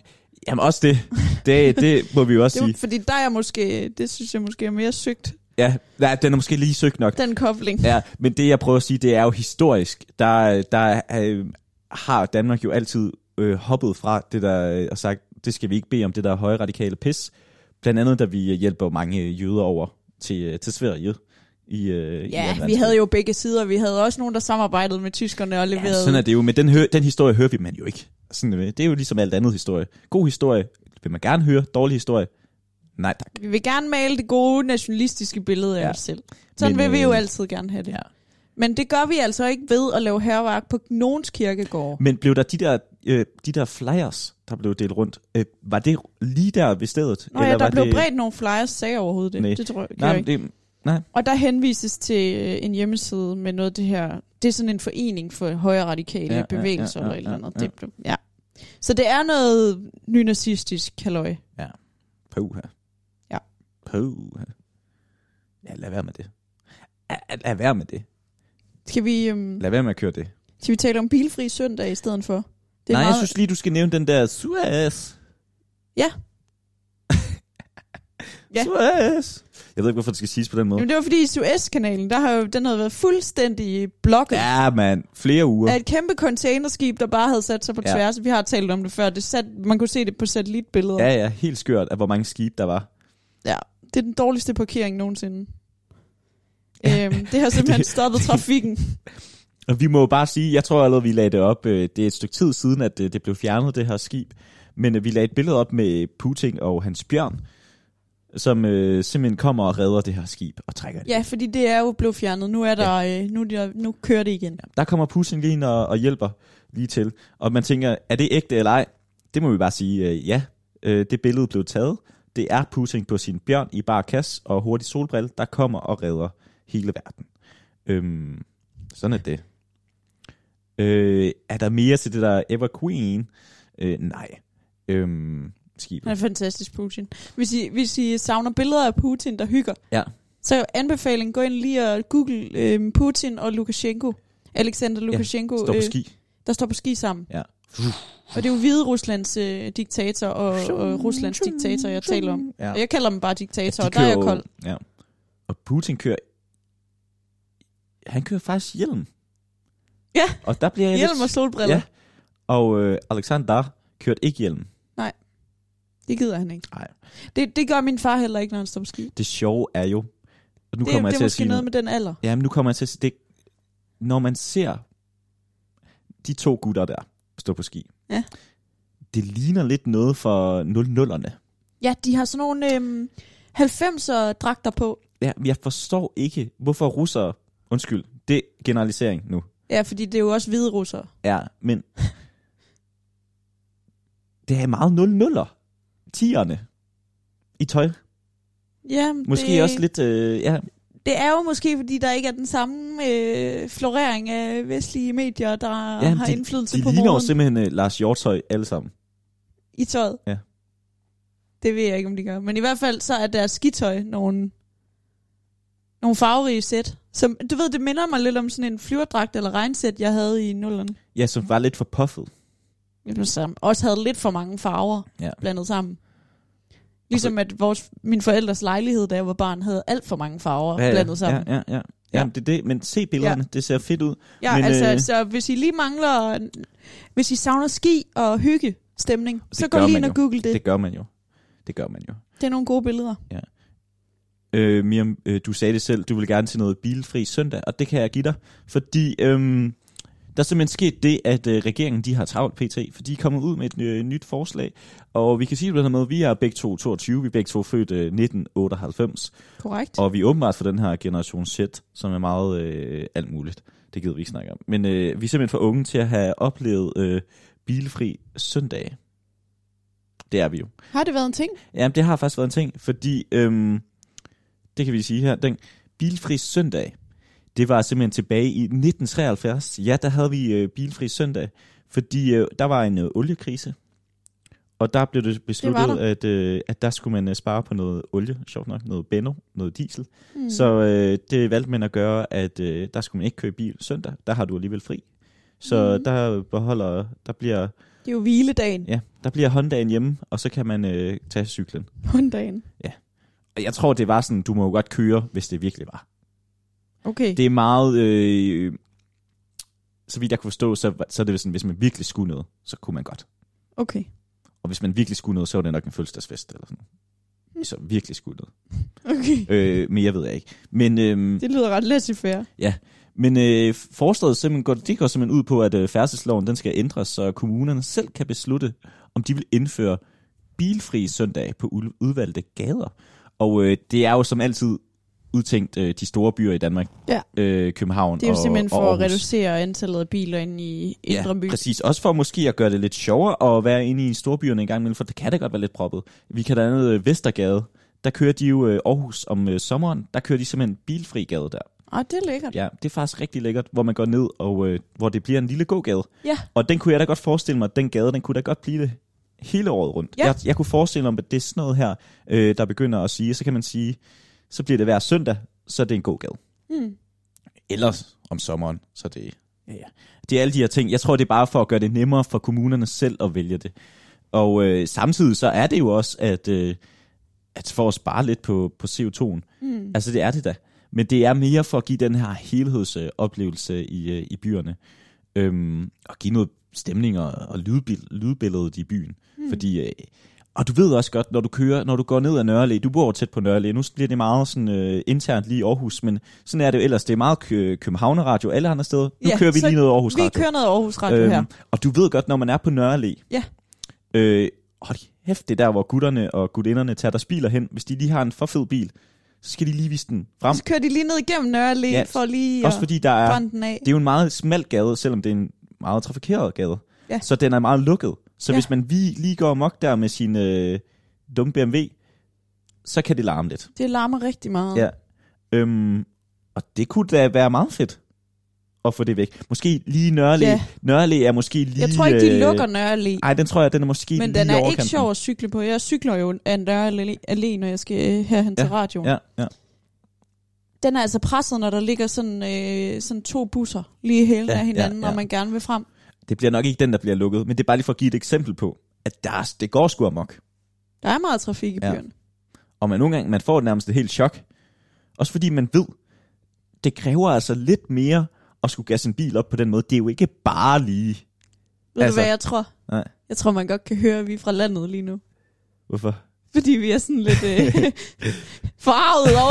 S2: Jamen, også det, det, det må vi jo også
S1: Altså- Det var,
S2: sige.
S1: fordi der er måske, det synes jeg måske er mere søgt,
S2: Ja, nej, den er måske lige søgt nok.
S1: den kobling.
S2: Ja, men det jeg prøver at sige, det er jo historisk. Der, der øh, har Danmark jo altid øh, hoppet fra det der, øh, og sagt, det skal vi ikke bede om, det der høje radikale pis. Blandt andet, da vi øh, hjælper mange øh, jøder over til, øh, til Sverige. I, øh,
S1: Ja, vi havde jo begge sider. Vi havde også nogen, der samarbejdede med tyskerne og
S2: leveret.
S1: leverede.
S2: Ja, sådan er det jo, men den, hø- den historie hører vi man jo ikke. Sådan, er det. det er jo ligesom alt andet historie. God historie vil man gerne høre, dårlig historie, nej tak.
S1: Vi vil gerne male det gode nationalistiske billede af
S2: Ja.
S1: ja. os selv. Sådan
S2: Men,
S1: Men, vil vi jo
S2: øh,
S1: altid gerne have det.
S2: ja.
S1: Ja. Men det gør vi altså ikke ved at lave herværk på nogens kirkegård.
S2: Men blev der de der, øh, de der flyers, der blev delt rundt, øh, var det lige der ved stedet?
S1: Nå ja, der
S2: var
S1: blev
S2: det...
S1: bredt nogle flyers, sagde jeg overhovedet det.
S2: Nej.
S1: Det tror jeg, gjorde
S2: Nej,
S1: jeg
S2: men
S1: ikke.
S2: det,
S1: Og der henvises til øh, en hjemmeside med noget af det her. Det er sådan en forening for højre radikale
S2: Ja, ja,
S1: ja, bevægelser
S2: ja,
S1: ja,
S2: ja,
S1: ja, eller et eller
S2: ja,
S1: andet.
S2: ja.
S1: Ja. Det blev, ja. Så det er noget nynazistisk, halløj.
S2: Puha.
S1: Ja.
S2: Puha. Ja, lad være med det. Ja, Lad være med det.
S1: Skal vi, øhm,
S2: Lad være med at køre det.
S1: skal vi tale om bilfri søndag i stedet for? Det
S2: det
S1: er
S2: Nej, meget...
S1: meget,
S2: jeg synes lige, du skal nævne den der Suez.
S1: Ja.
S2: ja.
S1: Ja.
S2: Suez. Jeg ved ikke, hvorfor det skal siges på den måde.
S1: Jamen, det var fordi Suezkanalen, der har jo den har været fuldstændig blokket ja.
S2: Ja, mand. Flere uger.
S1: af et kæmpe containerskib, der bare havde sat sig på
S2: Ja.
S1: ja. tværs. Vi har talt om det før. Det sat, man kunne se det på satellitbilleder.
S2: Ja, ja. Helt skørt, af hvor mange skibe der var.
S1: Det er den dårligste parkering nogensinde.
S2: Ja.
S1: Ja. Øhm, det har simpelthen
S2: Det-
S1: stoppet trafikken.
S2: Og vi må jo bare sige, jeg tror allerede, vi lagde det op. øh, Det er et stykke tid siden, at øh, det blev fjernet, det her skib. Men øh, vi lagde et billede op med Putin og hans bjørn, som øh, simpelthen kommer og redder det her skib og trækker det.
S1: Ja, fordi det er jo blevet fjernet. Nu er der, øh, nu, er der nu kører det igen.
S2: Der kommer Putin lige ind og, og hjælper lige til. Og man tænker, er det ægte eller ej? Det må vi bare sige øh, ja. Øh, det billede blev taget. Det er Putin på sin bjørn i bar kasse og hurtig solbrille, der kommer og redder hele verden. Øhm, sådan er det. Øh, er der mere til det der Ever Queen? Øh, nej. Øhm,
S1: Han er
S2: skibet.
S1: fantastisk, Putin. Hvis I, hvis I savner billeder af Putin, der hygger,
S2: Ja.
S1: så anbefaling, gå ind lige og google øh, Putin og Lukashenko. Alexander Lukashenko,
S2: Står på
S1: øh,
S2: ski.
S1: der står på ski sammen.
S2: Ja.
S1: Og det er jo Hvide Ruslands øh, diktator og, og øh, Ruslands diktator, jeg taler om.
S2: Ja.
S1: Og jeg kalder dem bare
S2: Altså, De
S1: diktator, og der
S2: kører
S1: er jeg
S2: jo-
S1: kold.
S2: Ja. Og Putin kører... Han kører faktisk hjelm.
S1: Ja.
S2: Og der bliver jeg
S1: Hjelm og
S2: lidt...
S1: solbriller,
S2: Ja.
S1: ja.
S2: Og øh, Alexander kørte ikke hjelm.
S1: det gider han ikke.
S2: Nej.
S1: Det, det gør min far heller ikke, når han står på ski.
S2: Det sjove er jo... Og nu
S1: det
S2: kommer jeg
S1: det
S2: til
S1: er
S2: at
S1: måske
S2: sige...
S1: noget med den alder.
S2: Ja, men nu kommer jeg til at sige... Det... Når man ser de to gutter der stå på ski,
S1: Ja.
S2: det ligner lidt noget for 00'erne.
S1: Ja, de har sådan nogle øhm, 90'er dragter på.
S2: Ja, jeg forstår ikke, hvorfor russere... Undskyld, det er generalisering nu.
S1: Ja, fordi det er jo også hvide russere.
S2: Ja, men det er meget 0-0'er. Tierne. I tøj.
S1: Ja, men
S2: Måske
S1: det,
S2: også lidt, øh, ja,
S1: Det er jo måske, fordi der ikke er den samme øh, florering af vestlige medier, der
S2: Ja,
S1: ja, har
S2: de-
S1: indflydelse
S2: de
S1: på
S2: ligner jo
S1: moden
S2: simpelthen øh, Lars Hjortøj alle sammen.
S1: i tøjet.
S2: Ja.
S1: Det ved jeg ikke, om de gør. Men i hvert fald så er deres skitøj nogle, nogle farverige sæt. Som, du ved, det minder mig lidt om sådan en flyverdragt eller regnsæt, jeg havde i nullerne.
S2: Ja, som var lidt for puffet.
S1: Jamen, Som også havde lidt for mange farver
S2: Ja.
S1: blandet sammen. Ligesom at vores, min forældres lejlighed, da jeg var barn, havde alt for mange farver ja, blandet sammen.
S2: Ja, ja, ja. Jamen, det er det, men se billederne, det ser fedt ud.
S1: Ja,
S2: Men,
S1: men, altså,
S2: øh,
S1: øh, så hvis I lige mangler, hvis I savner ski og hygge stemning, så
S2: gør
S1: gå lige
S2: man
S1: ind og
S2: jo.
S1: google det.
S2: Det
S1: det.
S2: gør man jo. Det gør man jo.
S1: Det er nogle gode billeder.
S2: Øh, Miriam, øh, du sagde det selv, du vil gerne til noget bilfri søndag, og det kan jeg give dig, fordi øhm, der er simpelthen sket det, at øh, regeringen de har travlt pt, for de er kommet ud med et øh, nyt forslag, og vi kan sige på den her måde, vi er begge to 22, vi er begge to født øh, 1998,
S1: Korrekt.
S2: og vi er åbenbart for den her generation Z, som er meget øh, alt muligt. Det gider vi ikke snakke om. Men øh, vi er simpelthen for unge til at have oplevet øh, bilfri søndag. Det er vi jo.
S1: Har det været en ting?
S2: Jamen, det har faktisk været en ting, fordi, øhm, det kan vi sige her, den bilfri søndag, det var simpelthen tilbage i 1973. Ja, der havde vi øh, bilfri søndag, fordi øh, der var en øh, oliekrise, og der blev det besluttet,
S1: der.
S2: At, øh, at der skulle man øh, spare på noget olie, sjovt nok, noget beno, noget diesel.
S1: Mm.
S2: Mm. Så øh, det valgte man at gøre, at øh, der skulle man ikke køre bil søndag, der har du alligevel fri. Så
S1: Mm.
S2: mm. der beholder, der bliver,
S1: Det er jo hviledagen.
S2: ja, der bliver Honda'en hjemme, og så kan man øh, tage cyklen.
S1: Hundagen.
S2: Og Jeg tror, det var sådan, du må jo godt køre, hvis det virkelig var.
S1: Okay. Det.
S2: Det er meget... Øh, så vidt jeg kunne forstå, så, var- så er det sådan, hvis man virkelig skulle noget, så kunne man godt.
S1: Okay.
S2: Og hvis man virkelig skulle noget, så var det nok en fødselsdagsfest eller sådan noget. Så virkelig skulle noget.
S1: Okay.
S2: Øh, mere ved jeg ikke. Men, øh,
S1: Det lyder ret laissez-faire.
S2: men øh, forslaget simpelthen går, det går simpelthen ud på, at øh, færdselsloven den skal ændres, så kommunerne selv kan beslutte, om de vil indføre bilfri søndag på ul- udvalgte gader. Og øh, det er jo som altid udtænkt øh, de store byer i Danmark.
S1: Ja.
S2: Øh, København
S1: Det er jo
S2: og,
S1: simpelthen
S2: og
S1: for at
S2: Aarhus.
S1: reducere antallet af biler inde i indre by.
S2: Ja, præcis. Også for måske at gøre det lidt sjovere at være inde i storbyerne en gang imellem, for det kan da godt være lidt proppet. Vi kan da andet øh, Vestergade. Der kører de jo øh, Aarhus om øh, sommeren. Der kører de simpelthen bilfri gade der.
S1: Og Ah, det er lækkert.
S2: Ja, det er faktisk rigtig lækkert, hvor man går ned, og øh, hvor det bliver en lille gågade.
S1: Ja.
S2: Og den kunne jeg da godt forestille mig, at den gade, den kunne da godt blive det hele året rundt.
S1: Ja.
S2: Jeg, jeg kunne forestille mig, at det er sådan noget her, øh, der begynder at sige, så kan man sige, så bliver det hver søndag, så er det en god gade.
S1: Mm.
S2: Ellers om sommeren, så det... Ja, ja. Det er alle de her ting. Jeg tror, det er bare for at gøre det nemmere for kommunerne selv at vælge det. Og øh, samtidig så er det jo også, at, øh, at for at spare lidt på, på CO2'en,
S1: Mm.
S2: Altså, det er det da. Men det er mere for at give den her helhedsoplevelse i, øh, i byerne. Øhm, og give noget stemning og, og lydbill- lydbilledet i byen. Mm. Fordi, øh, og du ved også godt, når du kører, når du går ned ad Nørre Allé, du bor jo tæt på Nørre Allé, nu bliver det meget sådan, øh, internt lige i Aarhus, men sådan er det jo ellers. Det er meget kø- Københavneradio, alle andre steder. Nu
S1: Ja,
S2: kører vi
S1: så
S2: lige noget Aarhus
S1: Vi
S2: Radio. Øhm,
S1: kører noget Aarhus Radio her.
S2: Og du ved godt, når man er på Nørre Allé,
S1: Ja.
S2: øh, hold hæft, det er der, hvor gutterne og gutinderne tager deres biler hen. Hvis de lige har en for fed bil, så skal de lige vise den frem.
S1: Så kører de lige ned igennem Nørre Allé
S2: Ja,
S1: ja, for lige
S2: Også
S1: at
S2: fordi der er,
S1: brænde den af.
S2: det er jo en meget smal gade, selvom det er en meget trafikeret gade.
S1: Ja.
S2: Så den er meget lukket. Så
S1: Ja.
S2: hvis man lige, lige går amok der med sin øh, dumme BMW, så kan det larme lidt.
S1: Det larmer rigtig meget.
S2: Ja. Øhm, og det kunne da være meget fedt at få det væk. Måske lige Nørre
S1: Ja.
S2: ja. Nørre er måske lige... øh,
S1: Jeg tror ikke, de lukker Nørre Allé.
S2: Nej, den tror jeg, den er måske
S1: Men
S2: lige
S1: den
S2: i
S1: er ikke
S2: overkanten.
S1: sjov at cykle på. Jeg cykler jo af Nørre Allé- Allé, når jeg skal øh, herhen til radioen.
S2: Ja, ja.
S1: Den er altså presset, når der ligger sådan, øh, sådan to busser lige i hælen
S2: Ja,
S1: af hinanden,
S2: ja, ja.
S1: og man gerne vil frem.
S2: Det bliver nok ikke den, der bliver lukket, men det er bare lige for at give et eksempel på, at der, er- det går sgu amok.
S1: Der er meget trafik i
S2: Ja.
S1: byen.
S2: Og man nogle gange man får nærmest et helt chok. Også fordi man ved, det kræver altså lidt mere at skulle gasse en bil op på den måde. Det er jo ikke bare lige...
S1: Ved altså,
S2: Altså-
S1: du, hvad jeg tror?
S2: Nej.
S1: Jeg tror, man godt kan høre, at vi er fra landet lige nu.
S2: Hvorfor?
S1: Fordi vi er sådan lidt øh, forarvet over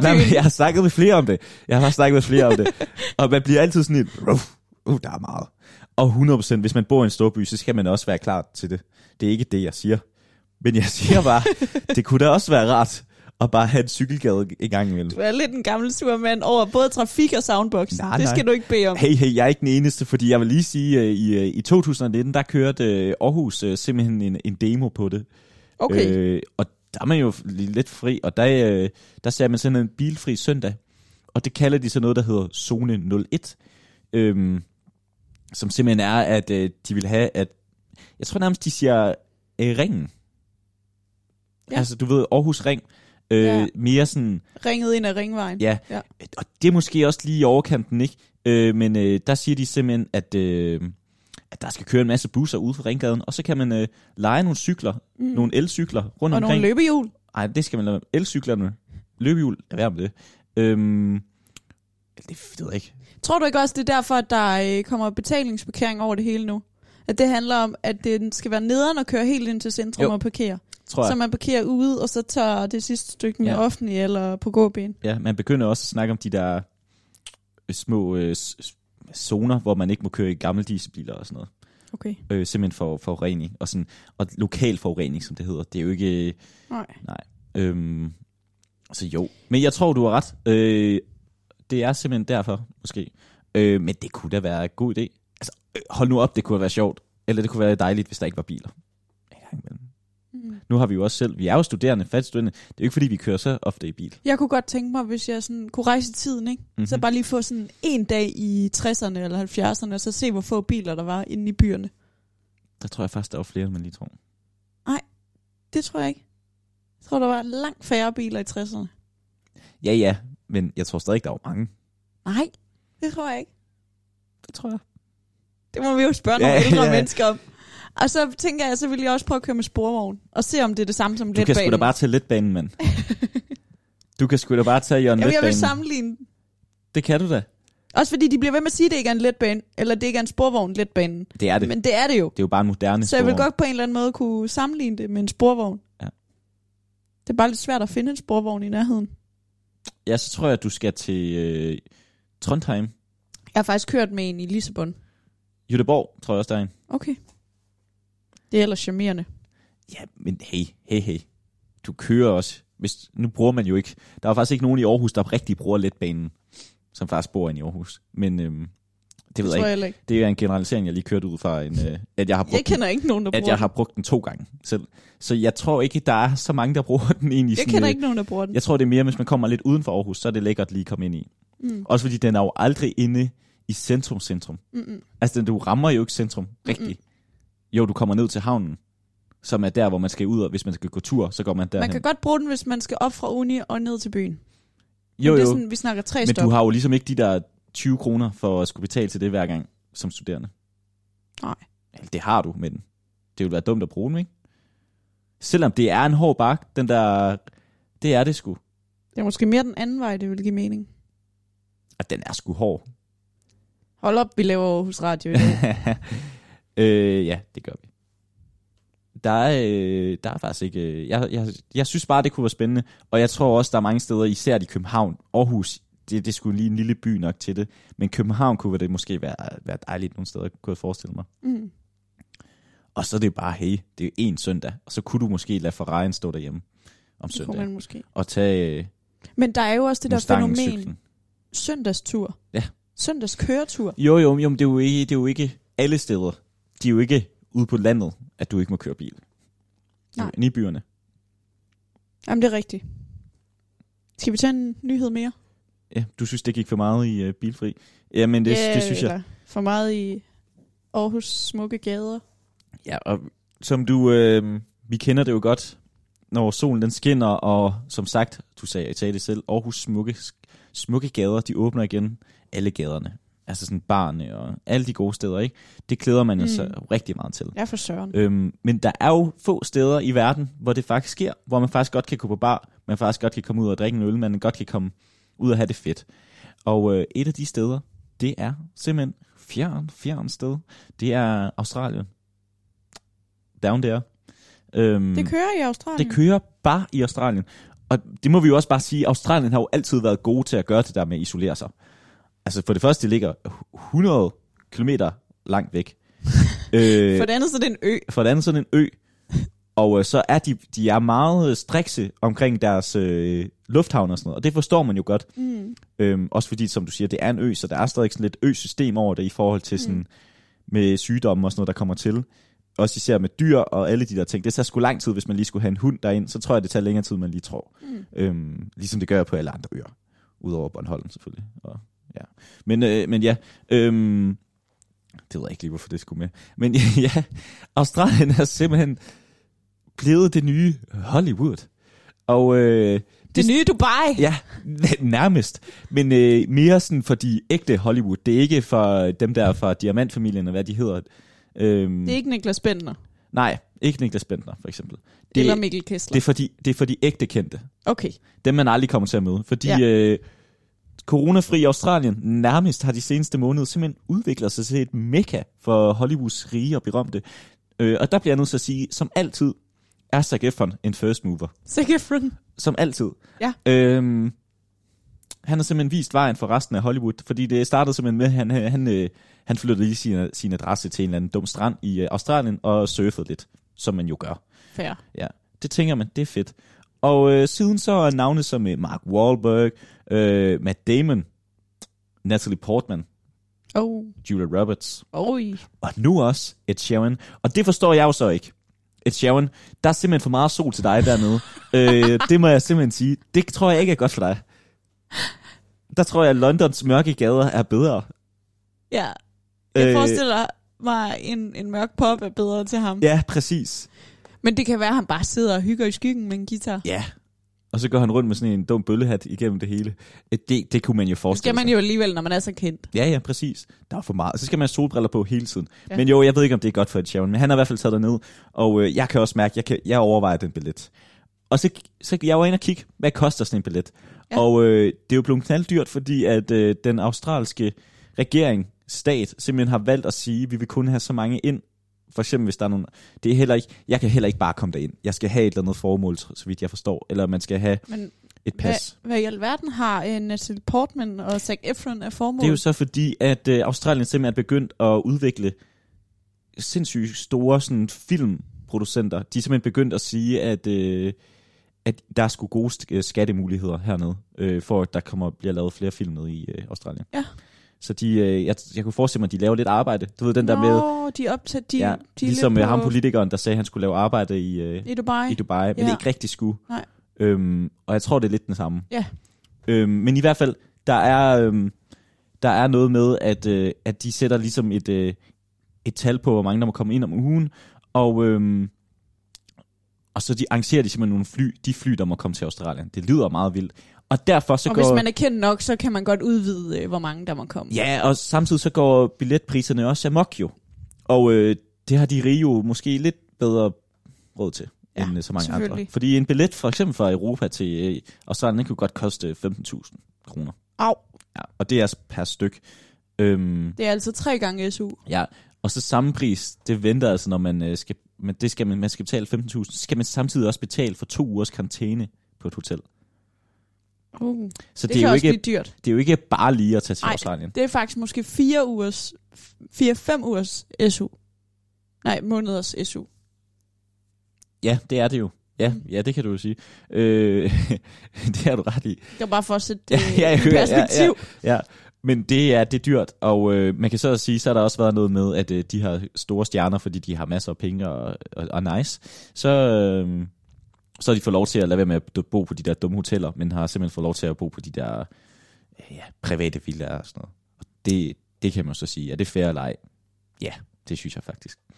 S2: Nej, men
S1: storbyen.
S2: jeg har snakket med flere om det. Jeg har snakket med flere om det. Og man bliver altid sådan lidt, "Ruff, uh, der er meget. Og 100%, hvis man bor i en storby, så skal man også være klar til det. Det er ikke det, jeg siger. Men jeg siger bare, det kunne da også være rart at bare have en cykelgade en gang imellem.
S1: Du er lidt en gammel surmand over både trafik og soundbox.
S2: Nej,
S1: det
S2: nej.
S1: skal du ikke bede om.
S2: Hey, hey, jeg er ikke den eneste, fordi jeg vil lige sige, øh, i, øh, i 2019, der kørte øh, Aarhus øh, simpelthen en, en demo på det.
S1: Okay.
S2: Øh, og der er man jo lige lidt fri, og der, øh, der ser man sådan en bilfri søndag. Og det kalder de så noget, der hedder Zone 01. Øhm, som simpelthen er, at øh, de vil have, at... Jeg tror nærmest, de siger øh, ringen.
S1: Ja.
S2: Ja. Altså, du ved, Aarhus Ring. Øh,
S1: Ja.
S2: ja. Mere sådan...
S1: Ringet ind ad ringvejen.
S2: Ja.
S1: Ja.
S2: ja, og det er måske også lige i overkanten, ikke? Øh, men øh, der siger de simpelthen, at, øh, at der skal køre en masse busser ude for Ringgaden, og så kan man øh, lege nogle cykler, mm. nogle elcykler rundt
S1: Og nogle
S2: omkring.
S1: løbehjul.
S2: Nej, det skal man lade være med. Elcyklerne, løbehjul, lad være med det. Øhm, det ved jeg ikke.
S1: Tror du ikke også, det er derfor, at der øh, kommer betalingsparkering over det hele nu? At det handler om, at det skal være nederen og køre helt ind til centrum
S2: Jo,
S1: og parkere.
S2: Tror jeg.
S1: Så man parkerer ude, og så tager det sidste stykke med
S2: Ja.
S1: offentlig eller på gåben.
S2: Ja, man begynder også at snakke om de der øh, små øh, s- s- zoner, hvor man ikke må køre i gamle dieselbiler og sådan noget.
S1: Okay.
S2: Øh, simpelthen for forurening. Og, sådan, og lokal forurening, som det hedder. Det er jo ikke...
S1: Nej.
S2: Øhm, så jo. Men jeg tror, du har ret. Øh, det er simpelthen derfor, måske. Øh, men det kunne da være en god idé. Altså, øh, hold nu op, det kunne være sjovt. Eller det kunne være dejligt, hvis der ikke var biler. En gang imellem.
S1: Mm.
S2: Nu har vi jo også selv, vi er jo studerende, fattige studerende. Det er jo ikke, fordi vi kører så ofte i bil.
S1: Jeg kunne godt tænke mig, hvis jeg sådan kunne rejse i tiden, ikke? Mm-hmm. så
S2: Mhm.
S1: bare lige få sådan en dag i 60'erne eller 70'erne, og så se, hvor få biler der var inde i byerne.
S2: Der tror jeg faktisk, der var flere, end man lige tror.
S1: Det tror jeg ikke. Jeg tror, der var langt færre biler i 60'erne.
S2: Ja, ja, men jeg tror stadig, der var mange.
S1: Nej, det tror jeg ikke.
S2: Det tror jeg.
S1: Det må vi jo spørge
S2: Ja,
S1: nogle ældre
S2: ja.
S1: mennesker om. Og så tænker jeg, så vil jeg også prøve at køre med sporvogn, og se om det er det samme som
S2: Du kan sgu da
S1: letbanen.
S2: bare tage letbanen, mand. du kan sgu da bare tage Jørgen
S1: Jamen, jeg vil
S2: Letbanen.
S1: sammenligne. den.
S2: Det kan du da.
S1: Også fordi de bliver ved med at sige, at det ikke er en letbane, eller det ikke er en sporvogn letbanen.
S2: Det er det. Men...
S1: Men det er det jo.
S2: Det er jo bare en moderne
S1: Så jeg vil
S2: sporvogn.
S1: godt på en eller anden måde kunne sammenligne det med en sporvogn.
S2: Ja.
S1: Det er bare lidt svært at finde en sporvogn i nærheden.
S2: Ja, så tror jeg, at du skal til øh, Trondheim.
S1: Jeg har faktisk kørt med en i Lissabon.
S2: Jødeborg, tror jeg også, der er en.
S1: Okay. Det er ellers charmerende.
S2: Ja, men hey, hey, hey. Du kører også. Hvis, nu bruger man jo ikke... Der er faktisk ikke nogen i Aarhus, der rigtig bruger letbanen, som faktisk bor inde i Aarhus. Men øhm, det, det ved
S1: Det tror
S2: jeg ikke.
S1: jeg heller ikke.
S2: Det er en generalisering, jeg lige kørte ud fra, en, øh, at jeg har brugt
S1: Jeg kender ikke nogen, der
S2: den,
S1: bruger
S2: at jeg har brugt den to gange selv. Så jeg tror ikke, der er så mange, der bruger den egentlig.
S1: den. Jeg
S2: sådan,
S1: kender
S2: øh,
S1: ikke nogen, der bruger den.
S2: Jeg tror, det er mere, hvis man kommer lidt uden for Aarhus, så er det lækkert lige at komme ind i.
S1: Mm.
S2: Også fordi den er jo aldrig inde i centrum-centrum.
S1: Mm-mm.
S2: Altså, den, du rammer jo ikke centrum rigtigt. Jo, du kommer ned til havnen, som er der, hvor man skal ud, og hvis man skal gå tur, så går man derhen.
S1: Man kan godt bruge den, hvis man skal op fra uni og ned til byen. Men
S2: jo,
S1: Det
S2: jo,
S1: er sådan, vi snakker tre
S2: men
S1: stop.
S2: du har jo ligesom ikke de der 20 kroner for at skulle betale til det hver gang som studerende.
S1: Nej.
S2: Eller, det har du, men det ville være dumt at bruge dem, ikke? Selvom det er en hård bak, den der... Det er det sgu.
S1: Det er måske mere den anden vej, det vil give mening.
S2: At den er sgu hård.
S1: Hold op, vi laver Aarhus Radio i dag.
S2: øh, ja, det gør vi. Der er, øh, der er faktisk ikke... Øh, jeg, jeg, jeg synes bare, det kunne være spændende. Og jeg tror også, der er mange steder, især i København, Aarhus, det, det skulle lige en lille by nok til det. Men København kunne det måske være, være dejligt nogle steder, kunne jeg forestille mig.
S1: mm.
S2: Og så er det bare, hey, det er jo én søndag, og så kunne du måske lade Ferrari'en stå derhjemme om
S1: Det
S2: søndag
S1: kunne man måske.
S2: og tage øh,
S1: Men der er jo også det der
S2: Mustangen
S1: fænomen,
S2: cyklen.
S1: søndagstur.
S2: Ja.
S1: Søndagskøretur.
S2: Jo, jo, jo, men det er jo, ikke, det er jo ikke alle steder. De er jo ikke ude på landet, at du ikke må køre bil. Det er jo
S1: Nej.
S2: inde I byerne.
S1: Jamen, det er rigtigt. Skal vi tage en nyhed mere?
S2: Ja, du synes, det gik for meget i øh, bilfri. Ja, men det, yeah, det synes jeg.
S1: eller For meget i Aarhus smukke gader.
S2: Ja, og som du, øh, vi kender det jo godt, når solen den skinner, og som sagt, du sagde, jeg sagde det selv, Aarhus smukke, smukke gader, de åbner igen alle gaderne. Altså sådan barne og alle de gode steder, ikke? Det glæder man mm. sig rigtig meget til.
S1: Ja, for søren.
S2: Øhm, men der er jo få steder i verden, hvor det faktisk sker, hvor man faktisk godt kan gå på bar, man faktisk godt kan komme ud og drikke en øl, man godt kan komme ud og have det fedt. Og øh, et af de steder, det er simpelthen fjern, fjern sted. Det er Australien. Down there. Øhm,
S1: Det kører i Australien.
S2: det kører bare i Australien. Og det må vi jo også bare sige, Australien har jo altid været gode til at gøre det der med at isolere sig. Altså for det første, det ligger 100 kilometer langt væk. øh,
S1: For det andet så er det en ø.
S2: for det andet sådan en ø, og øh, så er de, de er meget øh, strikse omkring deres øh, lufthavn og sådan noget, og det forstår man jo godt.
S1: Mm.
S2: Øhm, også fordi, som du siger, det er en ø, så der er stadig sådan lidt ø-system over det i forhold til sådan, mm. med sygdomme og sådan noget, der kommer til. Også især med dyr og alle de der ting. Det tager sgu lang tid, hvis man lige skulle have en hund derind, så tror jeg, det tager længere tid, end man lige tror.
S1: Mm.
S2: Øhm, ligesom det gør på alle andre øer. Udover Bornholm selvfølgelig. Og, ja. Men, øh, men ja, øhm, det ved jeg ikke lige, hvorfor det skulle med. Men ja, Australien er simpelthen blevet det nye Hollywood. Og øh,
S1: Det nye Dubai.
S2: ja, nærmest. Men øh, mere sådan for de ægte Hollywood. Det er ikke for dem der fra Diamantfamilien og hvad de hedder. Øhm,
S1: Det er ikke Niklas Bentner.
S2: Nej, ikke Niklas Bentner for eksempel.
S1: Det, eller
S2: Det,
S1: Mikkel
S2: det, er
S1: Kessler.
S2: for de, det er for de ægte kendte.
S1: Okay.
S2: Dem man aldrig kommer til at møde. Fordi
S1: Ja.
S2: ja. øh, coronafri Australien nærmest har de seneste måneder simpelthen udviklet sig til et mekka for Hollywoods rige og berømte. Øh, og der bliver jeg nødt til at sige, som altid er Zac Efron en first mover.
S1: Zac Efron.
S2: Som altid.
S1: Ja.
S2: Øhm, han har simpelthen vist vejen for resten af Hollywood, fordi det startede simpelthen med, at han, han, øh, han flyttede lige sin, sin adresse til en eller anden dum strand i øh, Australien og surfede lidt, som man jo gør.
S1: Fair.
S2: Ja, det tænker man, det er fedt. Og øh, siden så er navne som øh, Mark Wahlberg, øh, Matt Damon, Natalie Portman,
S1: Oh.
S2: Julia Roberts,
S1: Oj.
S2: og nu også Ed Sheeran. Og det forstår jeg jo så ikke. Ed Sheeran, der er simpelthen for meget sol til dig dernede. øh, det må jeg simpelthen sige. Det tror jeg ikke er godt for dig. Der tror jeg, at Londons mørke gader er bedre.
S1: Ja. Jeg
S2: Øh,
S1: forestiller mig, en, en mørk pop er bedre til ham.
S2: Ja, præcis.
S1: Men det kan være, at han bare sidder og hygger i skyggen med en guitar.
S2: Ja. Og så går han rundt med sådan en dum bøllehat igennem det hele. Øh, Det, det kunne man jo
S1: Det
S2: forestille
S1: skal man
S2: sig.
S1: jo alligevel, når man er så kendt.
S2: Ja, ja, præcis. Der er for meget. Så skal man have solbriller på hele tiden.
S1: Ja.
S2: Ja. Men jo, jeg ved ikke, om det er godt for Ed Sheeran, men han har i hvert fald taget ned, og øh, jeg kan også mærke, jeg, kan, jeg overvejer den billet. Og så, så jeg var inde og kigge, hvad koster sådan en billet?
S1: Ja.
S2: Ja. Og øh, det er jo blevet knalddyrt, fordi at øh, den australske regering, stat, simpelthen har valgt at sige, at vi vil kun have så mange ind. For eksempel, hvis der er nogen... Det er heller ikke, jeg kan heller ikke bare komme derind. Jeg skal have et eller andet formål, så så vidt jeg forstår. Eller man skal have
S1: Men
S2: et pas.
S1: hvad, hvad i alverden har uh, Natalie Portman og Zac Efron af formål?
S2: Det er jo så fordi, at øh, Australien simpelthen er begyndt at udvikle sindssygt store sådan, filmproducenter. De er simpelthen begyndt at sige, at, øh, at der er sgu gode sk- øh, skattemuligheder hernede, øh, for at der kommer bliver lavet flere film nede i øh, Australien.
S1: Ja.
S2: Så de, øh, jeg, jeg kunne forestille mig, at de laver lidt arbejde. Du ved, den der
S1: Nå,
S2: med,
S1: de er optaget, de,
S2: ja,
S1: de er
S2: ligesom
S1: lidt
S2: på... ham politikeren, der sagde, at han skulle lave arbejde i, øh,
S1: i Dubai.
S2: i Dubai, men
S1: Ja.
S2: ja. ikke rigtig skulle.
S1: Nej.
S2: Øhm, og jeg tror, det er lidt den samme.
S1: Ja.
S2: Øhm, men i hvert fald, der er, øhm, der er noget med, at, øh, at de sætter ligesom et, øh, et tal på, hvor mange der må komme ind om ugen, og, øhm, og så de arrangerer de simpelthen nogle fly, de fly, der må komme til Australien. Det lyder meget vildt. Og derfor så
S1: og
S2: går...
S1: hvis man er kendt nok, så kan man godt udvide, øh, hvor mange der må komme.
S2: Ja, og samtidig så går billetpriserne også amok jo. Og øh, det har de rige jo måske lidt bedre råd til,
S1: Ja,
S2: ja, end øh, så mange andre.
S1: selvfølgelig.
S2: Fordi en billet for eksempel fra Europa til øh, Australien, den kunne godt koste 15.000 kroner.
S1: Au,
S2: Ja, og det er altså per styk. Øhm,
S1: det er altså tre gange SU.
S2: ja, og så samme pris, det venter altså, når man øh, skal, men det skal man, man skal betale 15.000, så skal man samtidig også betale for to ugers karantæne på et hotel.
S1: Uh, det,
S2: Så
S1: det
S2: det, det,
S1: kan
S2: er, jo
S1: også
S2: ikke,
S1: ikke... blive dyrt.
S2: det er jo ikke bare lige at tage til
S1: Ej,
S2: Australien.
S1: Det er faktisk måske fire ugers, fire-fem ugers SU. Nej, måneders SU.
S2: Ja, det er det jo. Ja, ja, det kan du jo sige. Øh, det har du ret i.
S1: Det var bare for at sætte
S2: Ja,
S1: det
S2: ja, jeg
S1: i
S2: hører, ja,
S1: perspektiv. Ja,
S2: Ja, men det er, det er dyrt, og øh, man kan så også sige, så har der også været noget med, at øh, de har store stjerner, fordi de har masser af penge og, og, og nice, så, øh, så har de fået lov til at lade være med at bo på de der dumme hoteller, men har simpelthen fået lov til at bo på de der øh, ja, private villaer og sådan noget. Og det, det kan man så sige, er det fair eller ej? Ja, det synes jeg faktisk.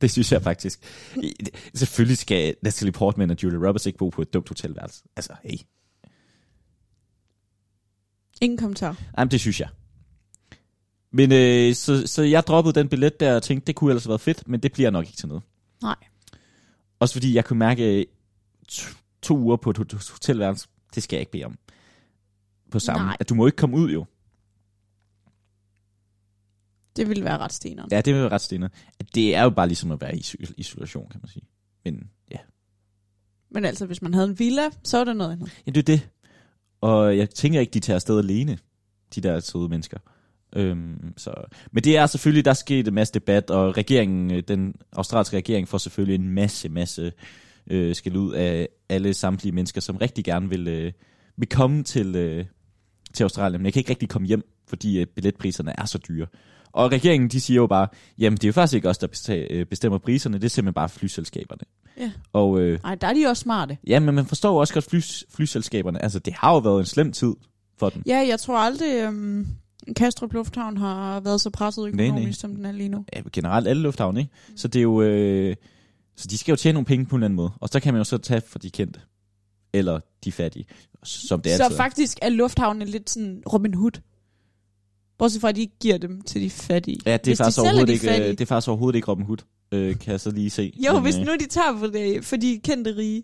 S2: det synes jeg faktisk. I- Selvfølgelig skal Natalie Portman og Julia Roberts ikke bo på et dumt hotelværelse. Altså, hey.
S1: Ingen kommentar.
S2: Jamen, det synes jeg. Men øh, så, så jeg droppede den billet der og tænkte, det kunne ellers have været fedt, men det bliver nok ikke til noget.
S1: Nej.
S2: Også fordi jeg kunne mærke øh, to, to uger på et hot- hotelværelse, det skal jeg ikke bede om. På sammen.
S1: Nej.
S2: At du må ikke komme ud jo.
S1: Det ville være ret steneren. Ja.
S2: Ja, det er jo ret stenet. Det er jo bare ligesom at være i iso- isolation, kan man sige. Men ja,
S1: Men altså, hvis man havde en villa, så er det noget andet.
S2: ja det er det. Og jeg tænker ikke, de tager afsted alene, de der søde mennesker. Øhm, så. Men det er selvfølgelig, der er sket en masse debat, og regeringen, øh, den australske regering får selvfølgelig en masse, masse øh, skal ud af alle samtlige mennesker, som rigtig gerne vil, øh, vil komme til, øh, til Australien. Men jeg kan ikke rigtig komme hjem, fordi øh, billetpriserne er så dyre. Og regeringen, de siger jo bare, jamen det er jo faktisk ikke os, der besta- øh, bestemmer priserne, det er simpelthen bare flyselskaberne.
S1: Ja.
S2: Og øh,
S1: Nej, der er de også smarte.
S2: Ja, men man forstår jo også godt flys, flyselskaberne. Altså, det har jo været en slem tid for dem.
S1: Ja, jeg tror aldrig, øhm, Kastrup Lufthavn har været så presset
S2: nej.
S1: økonomisk, som den er lige nu.
S2: Ja, generelt alle lufthavne, ikke? Så det er jo... Øh, så de skal jo tjene nogle penge på en eller anden måde. Og så kan man jo så tage for de kendte. Eller de fattige. Som det
S1: Det så
S2: altid er.
S1: faktisk er lufthavnen lidt sådan Robin Hood. Bortset fra, at de ikke giver dem til de fattige.
S2: Ja, det er,
S1: hvis de
S2: faktisk
S1: selv er
S2: overhovedet
S1: de
S2: ikke, øh,
S1: fattige.
S2: det er faktisk overhovedet ikke Robin Hood, øh, kan jeg så lige se.
S1: Jo,
S2: Men,
S1: hvis
S2: øh,
S1: nu de tager for, det, for de kendte rige,